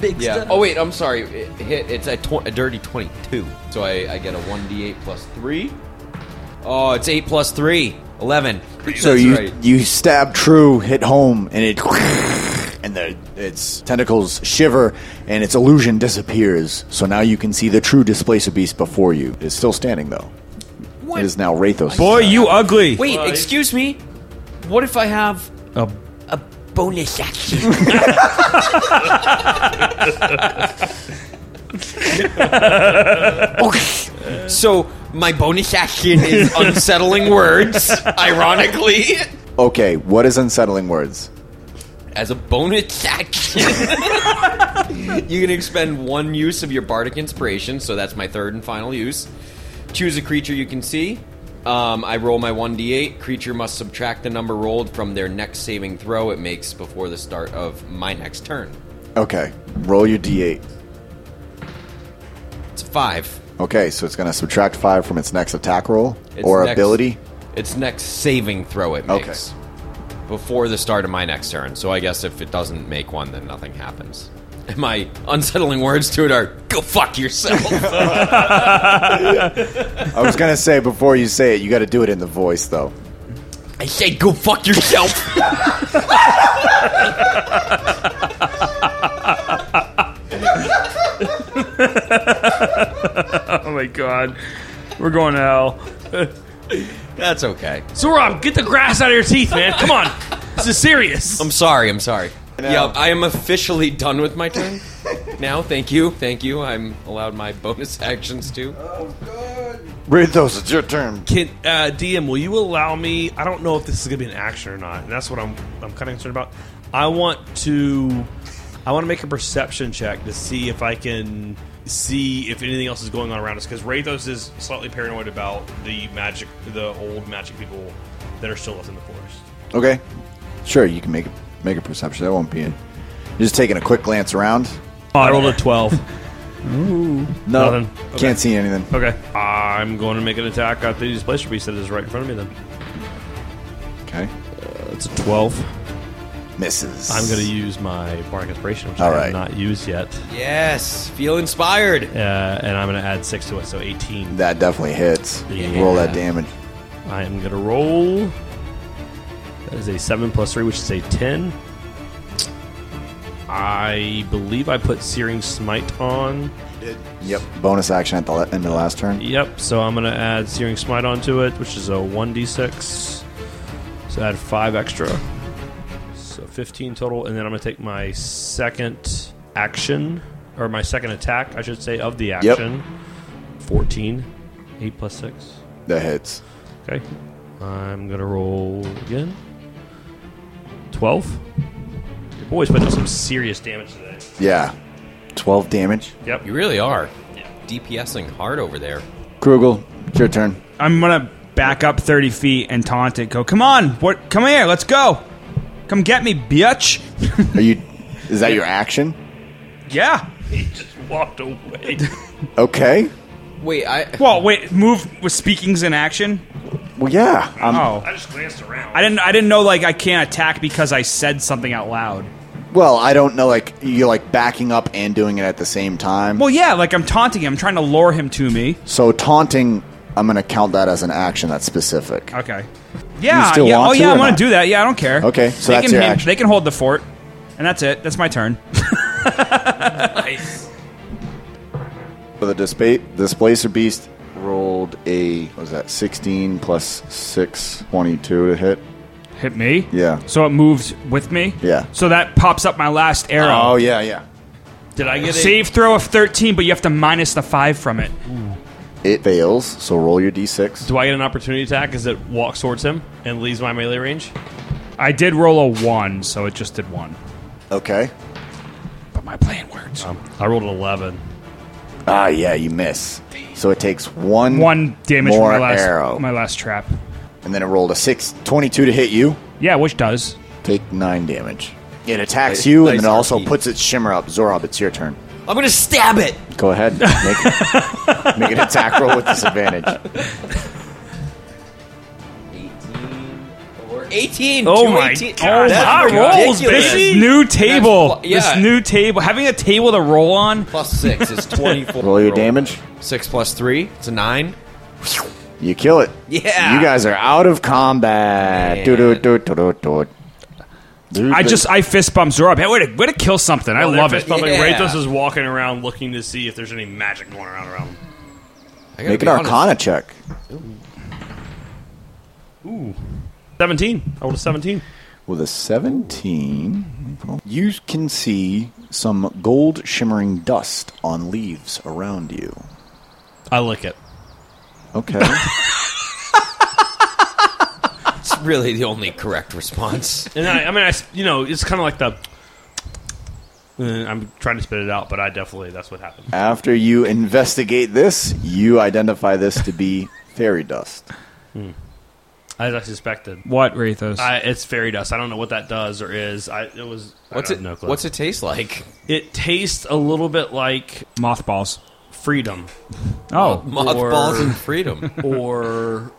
S2: Big yeah. Oh wait, I'm sorry. It hit. It's a, tw- a dirty twenty-two. So I, I get a one d8 plus three. Oh, it's eight plus three. Eleven.
S1: So
S2: That's
S1: you
S2: right.
S1: you stab true, hit home, and it and the, its tentacles shiver, and its illusion disappears. So now you can see the true displacer beast before you. It's still standing though. It is now Rathos.
S3: Boy, you ugly. Uh,
S2: Wait, excuse me. What if I have
S11: A-
S2: a bonus action? okay. So my bonus action is unsettling words, ironically,
S1: Okay, what is unsettling words?
S2: as a bonus action. you can expend one use of your bardic inspiration, so that's my third and final use. Choose a creature you can see. Um, I roll my 1d8. Creature must subtract the number rolled from their next saving throw it makes before the start of my next turn.
S1: Okay, roll your d8.
S2: It's a five.
S1: Okay, so it's going to subtract five from its next attack roll
S2: It's
S1: or
S2: next-
S1: ability.
S2: It's next saving throw it
S1: Okay.
S2: makes before the start of my next turn. So I guess if it doesn't make one, then nothing happens. And my unsettling words to it are "Go fuck yourself."
S1: I was going to say before you say it, you got to do it in the voice though.
S2: I say "Go fuck yourself."
S3: Oh my god. We're going to hell.
S2: That's okay.
S11: So Rob, get the grass out of your teeth, man. Come on. This is serious.
S2: I'm sorry. I'm sorry. Yeah, I am officially done with my turn. now, thank you, thank you. I'm allowed my bonus actions too.
S1: Rathos, it's your turn.
S4: Can uh, DM, will you allow me? I don't know if this is gonna be an action or not, and that's what I'm I'm kind of concerned about. I want to I want to make a perception check to see if I can see if anything else is going on around us because Rathos is slightly paranoid about the magic, the old magic people that are still left in the forest.
S1: Okay, sure, you can make make a perception. That won't be it. You're just taking a quick glance around.
S4: Oh, I rolled a twelve.
S1: No,
S4: Nothing.
S1: can't see anything.
S4: okay, I'm going to make an attack at the displacer beast that is right in front of me. Then
S1: Okay.
S4: it's a twelve.
S1: Misses.
S4: I'm going to use my bardic inspiration, which
S1: All
S4: I
S1: right.
S4: have not used yet.
S2: Yes, feel inspired.
S4: uh, and I'm going to add six to it, so 18.
S1: That definitely hits. Roll that damage.
S4: I am going to roll. That is a seven plus three, which is a ten. I believe I put Searing Smite on.
S1: Yep. Bonus action at the le- end of the last turn.
S4: Yep, so I'm going to add Searing Smite onto it, which is a 1d6. So add five extra. So 15 total, and then I'm going to take my second action, or my second attack, I should say, of the action. 14. 8 plus 6.
S1: That hits.
S4: Okay. I'm gonna roll again. Twelve. Your boy's putting up some serious damage today.
S1: Yeah. 12 damage.
S4: Yep.
S2: You really are DPSing hard over there.
S1: Krugel, it's your turn.
S3: I'm gonna back up 30 feet and taunt it. Go, come on, what? Come here, let's go. Come get me, bitch.
S1: Are you. Is that your action?
S3: Yeah.
S4: He just walked away.
S1: Okay.
S2: Wait, I
S3: Well, wait. Move with speaking's in action.
S1: Well, yeah. Um,
S3: Oh,
S4: just glanced around.
S3: I didn't. I didn't know like I can't attack because I said something out loud.
S1: Well, I don't know. Like, you're like backing up and doing it at the same time.
S3: Well, yeah, like I'm taunting him, I'm trying to lure him to me.
S1: so, taunting, I'm going to count that as an action that's specific.
S3: Okay. Yeah.
S1: You still
S3: yeah.
S1: want
S3: oh,
S1: to
S3: yeah.
S1: or
S3: I want
S1: not?
S3: to do that. Yeah, I don't care.
S1: Okay, so
S3: they
S1: that's
S3: can
S1: your
S3: hand-
S1: action.
S3: They can hold the fort, and that's it. That's my turn.
S1: For the dispa- displacer beast, rolled a. What was that? 16 plus 6, 22 to hit.
S3: Hit me?
S1: Yeah.
S3: So it moves with me?
S1: Yeah.
S3: So that pops up my last arrow.
S1: Oh yeah, yeah.
S4: Did I get
S3: Save throw of 13, but you have to minus the 5 from it.
S1: It fails, so roll your d6.
S4: Do I get an opportunity attack as it walks towards him and leaves my melee range?
S3: I did roll a 1, so it just did 1.
S1: Okay.
S3: But my plan worked.
S1: Um,
S4: I rolled an 11.
S1: Ah, yeah, you miss. So it takes one
S3: 1 damage
S1: more
S3: from my last,
S1: arrow,
S3: my last trap.
S1: and then it rolled a six, 22 to hit you.
S3: Yeah, which does.
S1: Take nine damage. It attacks
S2: Nice-
S1: you,
S2: nice
S1: and then also
S2: RP.
S1: puts its shimmer up. Zorob, it's your turn.
S2: I'm gonna stab it.
S1: Go ahead. Make, make an attack roll with disadvantage.
S2: 18 or 18.
S4: Oh
S2: two
S4: my
S2: 18.
S4: God,
S2: That's
S4: my
S2: ridiculous.
S4: rolls, baby.
S3: New table.
S2: That's- yeah.
S3: This new table. Having a table to roll on.
S2: Plus six is 24.
S1: Roll your damage.
S2: Six plus three. It's a nine.
S1: You kill it.
S2: Yeah.
S1: You guys are out of combat.
S2: Man.
S1: Do do do do do do.
S3: I just, I fist bumped Zorob. Hey, way to, way to kill something.
S4: Oh,
S3: I love it.
S2: bumping. Yeah.
S4: Rathos is walking around looking to see if there's any magic going around around him.
S2: I gotta
S1: make
S2: be
S1: an
S2: honest.
S1: Arcana check.
S4: 17. I rolled a 17.
S1: With a 17, you can see some gold shimmering dust on leaves around you.
S4: I lick it.
S1: Okay.
S2: It's really the only correct response.
S4: And I, I mean, I, s- you know, it's kind of like the. Uh, I'm trying to spit it out, but I definitely, that's what happened.
S1: After you investigate this, you identify this to be fairy dust.
S4: As I suspected.
S3: What, Rathos?
S4: I, it's fairy dust. I don't know what that does or is. I, it was. I
S2: What's
S4: don't
S2: it?
S4: know, Cliff.
S2: what's it taste like?
S4: It tastes a little bit like
S3: Mothballs.
S4: freedom
S3: Oh.
S2: Mothballs and freedom.
S4: or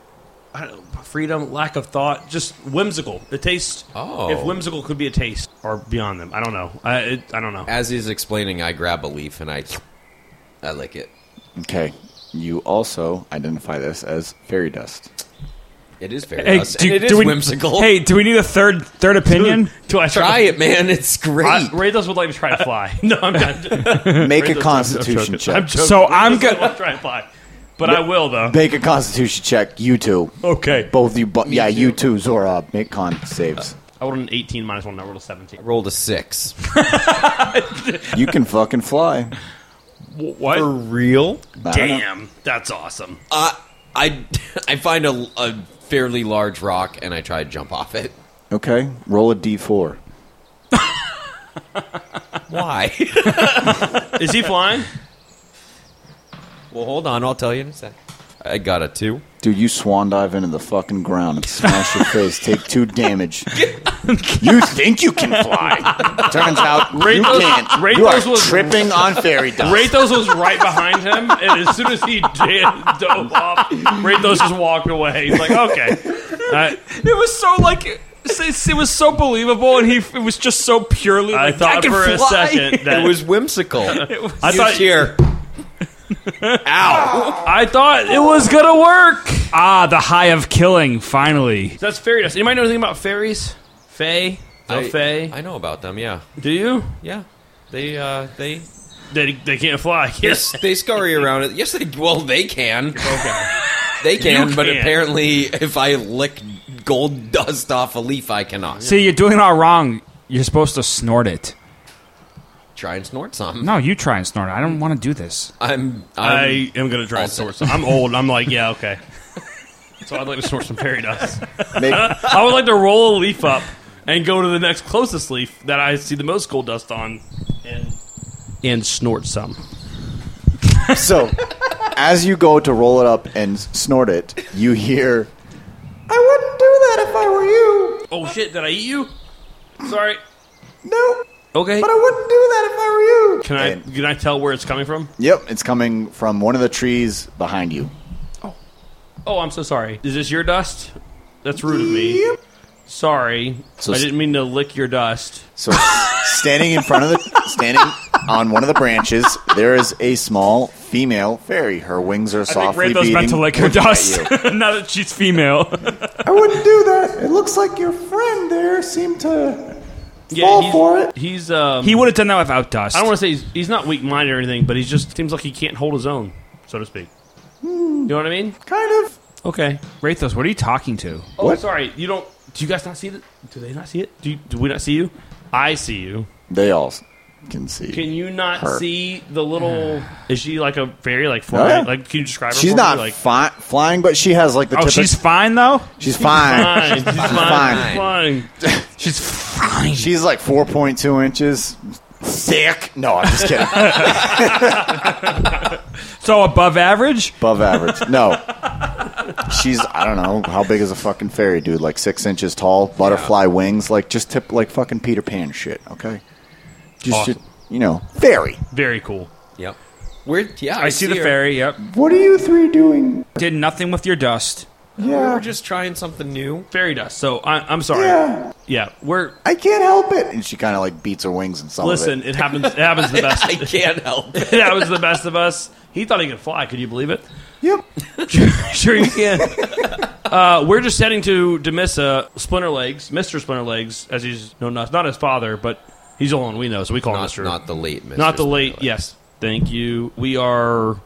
S4: I don't know, freedom, lack of thought, just whimsical. It tastes.
S2: Oh.
S4: If whimsical could be a taste or beyond them, I don't know. I it, I don't know.
S2: As he's explaining, I grab a leaf and I, I lick it.
S1: Okay. You also identify this as fairy dust.
S2: It is very
S3: Hey,
S2: dust,
S3: do,
S2: and it
S3: do
S2: is
S3: we,
S2: whimsical.
S3: Hey, do we need a third third opinion?
S4: Do I start
S2: try
S4: to-
S2: it, man. It's great.
S4: I, Rathos would like to try to fly. no, I'm not.
S1: Make a
S4: Rathos-
S1: constitution
S4: I'm joking. I'm
S1: check.
S4: joking.
S3: So I'm
S4: Rathos doesn't
S3: go-
S4: want to try to fly, but I will though.
S1: Make a constitution check, you two.
S4: Okay.
S1: Both you, bu- yeah, you too, Zora. Make con saves.
S4: I rolled an 18 minus one. I rolled a 17.
S2: Rolled a six.
S1: You can fucking fly.
S4: What? For real?
S1: know.
S4: Damn, that's awesome.
S2: Uh, I I find a, a fairly large rock and I try to jump off it.
S1: Okay, roll a d4.
S2: Why?
S4: Is he flying?
S2: well, hold on. I'll tell you in a sec. I got a two.
S1: Dude, you swan dive into the fucking ground and smash your face. Take two damage. you think you can fly? Turns out you
S4: Rathos-
S1: can't. you
S4: Rathos
S1: are
S4: was-
S1: tripping on fairy dust.
S4: Rathos was right behind him, and as soon as he did, dove off, Rathos just walked away. He's like, okay. I,
S3: It was so like it, it was so believable, and he it was just so purely.
S4: I
S3: Like,
S4: thought
S3: can
S4: for a
S3: fly.
S4: second that
S2: It was whimsical.
S4: I thought
S2: Here,
S4: I thought it was gonna work.
S3: Ah, the high of killing. Finally,
S4: That's fairy dust. Anybody know anything about fairies? Fae, the
S2: I-
S4: fae.
S2: I know about them. Yeah,
S4: Do you?
S2: yeah. They uh they
S4: They, they can't fly. Yes.
S2: they scurry around it. Yes, they well they can. Okay. They can, but
S4: can.
S2: apparently, if I lick gold dust off a leaf, I cannot.
S3: see, you're doing it all wrong. You're supposed to snort it.
S2: Try and snort some.
S3: No, you try and snort it. I don't want to do this.
S2: I'm. I'm
S4: I am gonna try to
S2: Also-
S4: snort some. I'm old. I'm like, yeah, okay. So I'd like to snort some fairy dust.
S1: Make-
S4: I would like to roll a leaf up and go to the next closest leaf that I see the most gold dust on, and and snort some.
S1: so, as you go to roll it up and s- snort it, you hear, I wouldn't do that if I were you.
S4: Oh shit! Did I eat you? Sorry.
S1: No,
S4: Okay.
S1: but I wouldn't do that if I were you.
S4: Can I
S1: And-
S4: can I tell where it's coming from?
S1: yep, it's coming from one of the trees behind you.
S4: Oh, I'm so sorry. Is this your dust? That's rude of me. Sorry,
S1: So
S4: I
S1: s-
S4: didn't mean to lick your dust.
S1: So, standing in front of the standing on one of the branches, there is a small female fairy. Her wings are
S3: I think
S1: softly
S3: Rainbow's
S1: beating.
S3: meant to lick her
S1: looking at
S3: dust.
S1: you.
S3: now that she's female,
S8: I wouldn't do that. It looks like your friend there seemed to
S4: Yeah,
S8: fall
S4: he's,
S8: for it.
S4: He's um.
S3: he would have done that without dust.
S4: I don't want to say he's, he's not weak-minded or anything, but he just seems like he can't hold his own, so to speak. You know what I mean?
S8: Kind of.
S4: Okay.
S3: Rathos, what are you talking to?
S4: Oh, sorry. You don't. Do you guys not see it? Do they not see it? Do, you, do we not see you? I see you.
S1: They all s- can see.
S4: Can you not
S1: Her.
S4: see the little? Is she like a fairy? Like fly?
S1: No.
S4: Like can you describe her?
S1: She's
S4: for me?
S1: not
S4: like
S1: fi- flying, but she has like the.
S3: Oh,
S1: typical-
S3: she's fine though.
S1: she's fine.
S4: flying. She's
S1: fine.
S4: flying. flying.
S3: She's fine.
S1: She's like four point two inches. Sick. No, I'm just kidding.
S3: So above average.
S1: Above average. No. She's I don't know how big is a fucking fairy dude like six inches tall butterfly wings like just tip like fucking Peter Pan shit okay just
S4: Awesome.
S1: you know fairy
S4: Very cool.
S2: Yep. We're yeah.
S3: I see the
S2: her.
S3: fairy. Yep.
S1: what are you three doing
S3: Did nothing with your dust.
S1: yeah
S2: We're just trying something new.
S4: Fairy dust. So I, I'm sorry.
S1: Yeah.
S4: Yeah, We're
S1: I can't help it and she kind of like beats her wings and some
S4: listen.
S1: of
S4: It happens. It happens to the best.
S2: I can't help. it.
S4: that was the best of us. He thought he could fly. Could you believe it?
S1: it yep
S4: sure you can. uh, we're just heading to Demissa. Splinter Legs, Mister Splinter Legs, as he's known, not, not his father, but he's the only one we know, so we call him
S2: Not,
S4: Mister.
S2: not the late. Mr.
S4: Not the late.
S2: Spotlight.
S4: Yes, thank you. We are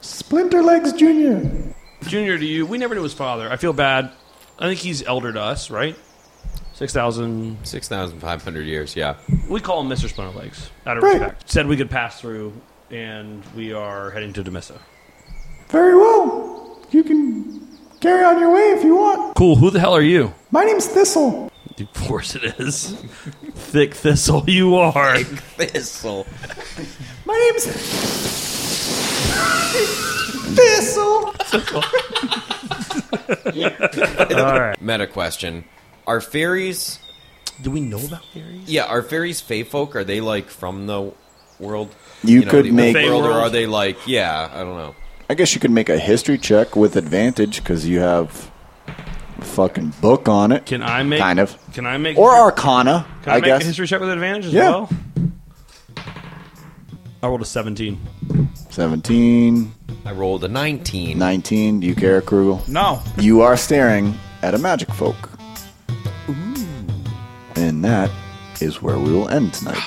S1: Splinter Legs Junior
S4: junior to you. We never knew his father. I feel bad. I think he's elder to us, right? Six thousand.
S2: Six thousand five hundred years. Yeah.
S4: We call him Mister Splinter Legs out of
S1: Right.
S4: respect. Said we could pass through, and we are heading to Demissa.
S1: very well you can carry on your way if you want
S4: Cool. Who the hell are you?
S1: my name's Thistle
S4: Of course it is. Thick thistle you are.
S2: Thistle.
S1: my name's Thistle
S2: Meta question: Are fairies?
S4: Do we know about fairies?
S2: Yeah, are fairies fae folk? Are they like from the world?
S1: You could
S2: the
S1: make-
S2: Fae world, or
S4: Fae
S2: are
S4: world.
S2: they like? Yeah, I don't know.
S1: I guess you could make a history check with advantage because you have a fucking book on it.
S4: Can I make
S1: Kind of.
S4: Can I make
S1: Or Arcana,
S4: Can I,
S1: I,
S4: make
S1: guess.
S4: a history check with advantage as
S1: Yeah.
S4: well? I rolled a seventeen.
S1: 17,
S2: I rolled a nineteen.
S1: 19. Do you care, Krugel?
S3: No.
S1: You are staring at a magic folk. And that is where we will end tonight.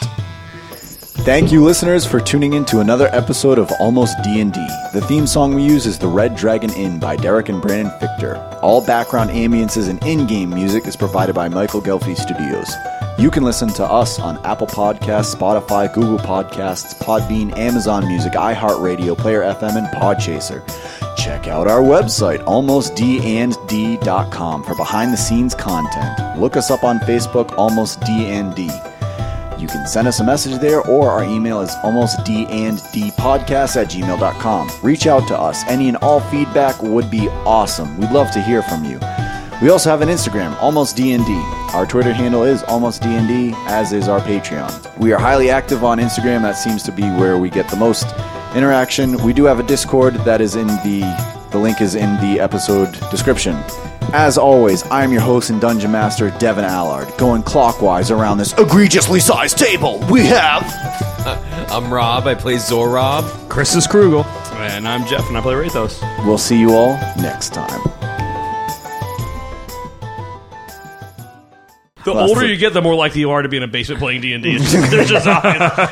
S1: Thank you, listeners, for tuning in to another episode of Almost D&D. The theme song we use is The Red Dragon Inn by Derek and Brandon Fichter. All background ambiences and in-game music is provided by Michael Gelfi Studios. You can listen to us on Apple Podcasts, Spotify, Google Podcasts, Podbean, Amazon Music, iHeartRadio, Player FM, and Podchaser. Check out our website, almostdnd.com, for behind-the-scenes content. Look us up on Facebook, Almost D&D. You can send us a message there, or our email is almost d and d podcast at gmail.com. Reach out to us. Any and all feedback would be awesome. We'd love to hear from you. We also have an Instagram, almost DND. Our Twitter handle is almost DND, as is our Patreon. We are highly active on Instagram. That seems to be where we get the most interaction. We do have a Discord that is in the the link is in the episode description. As always, I am your host and dungeon master, Devin Allard. Going clockwise around this egregiously sized table, we have.
S2: I'm Rob. I play Zorob.
S3: Chris is Krugel.
S4: And I'm Jeff, and I play Rathos.
S1: We'll see you all next time.
S4: The
S1: Well, that's
S4: older
S1: the-
S4: you get, the more likely you are to be in a basement playing D and D. They're just obvious.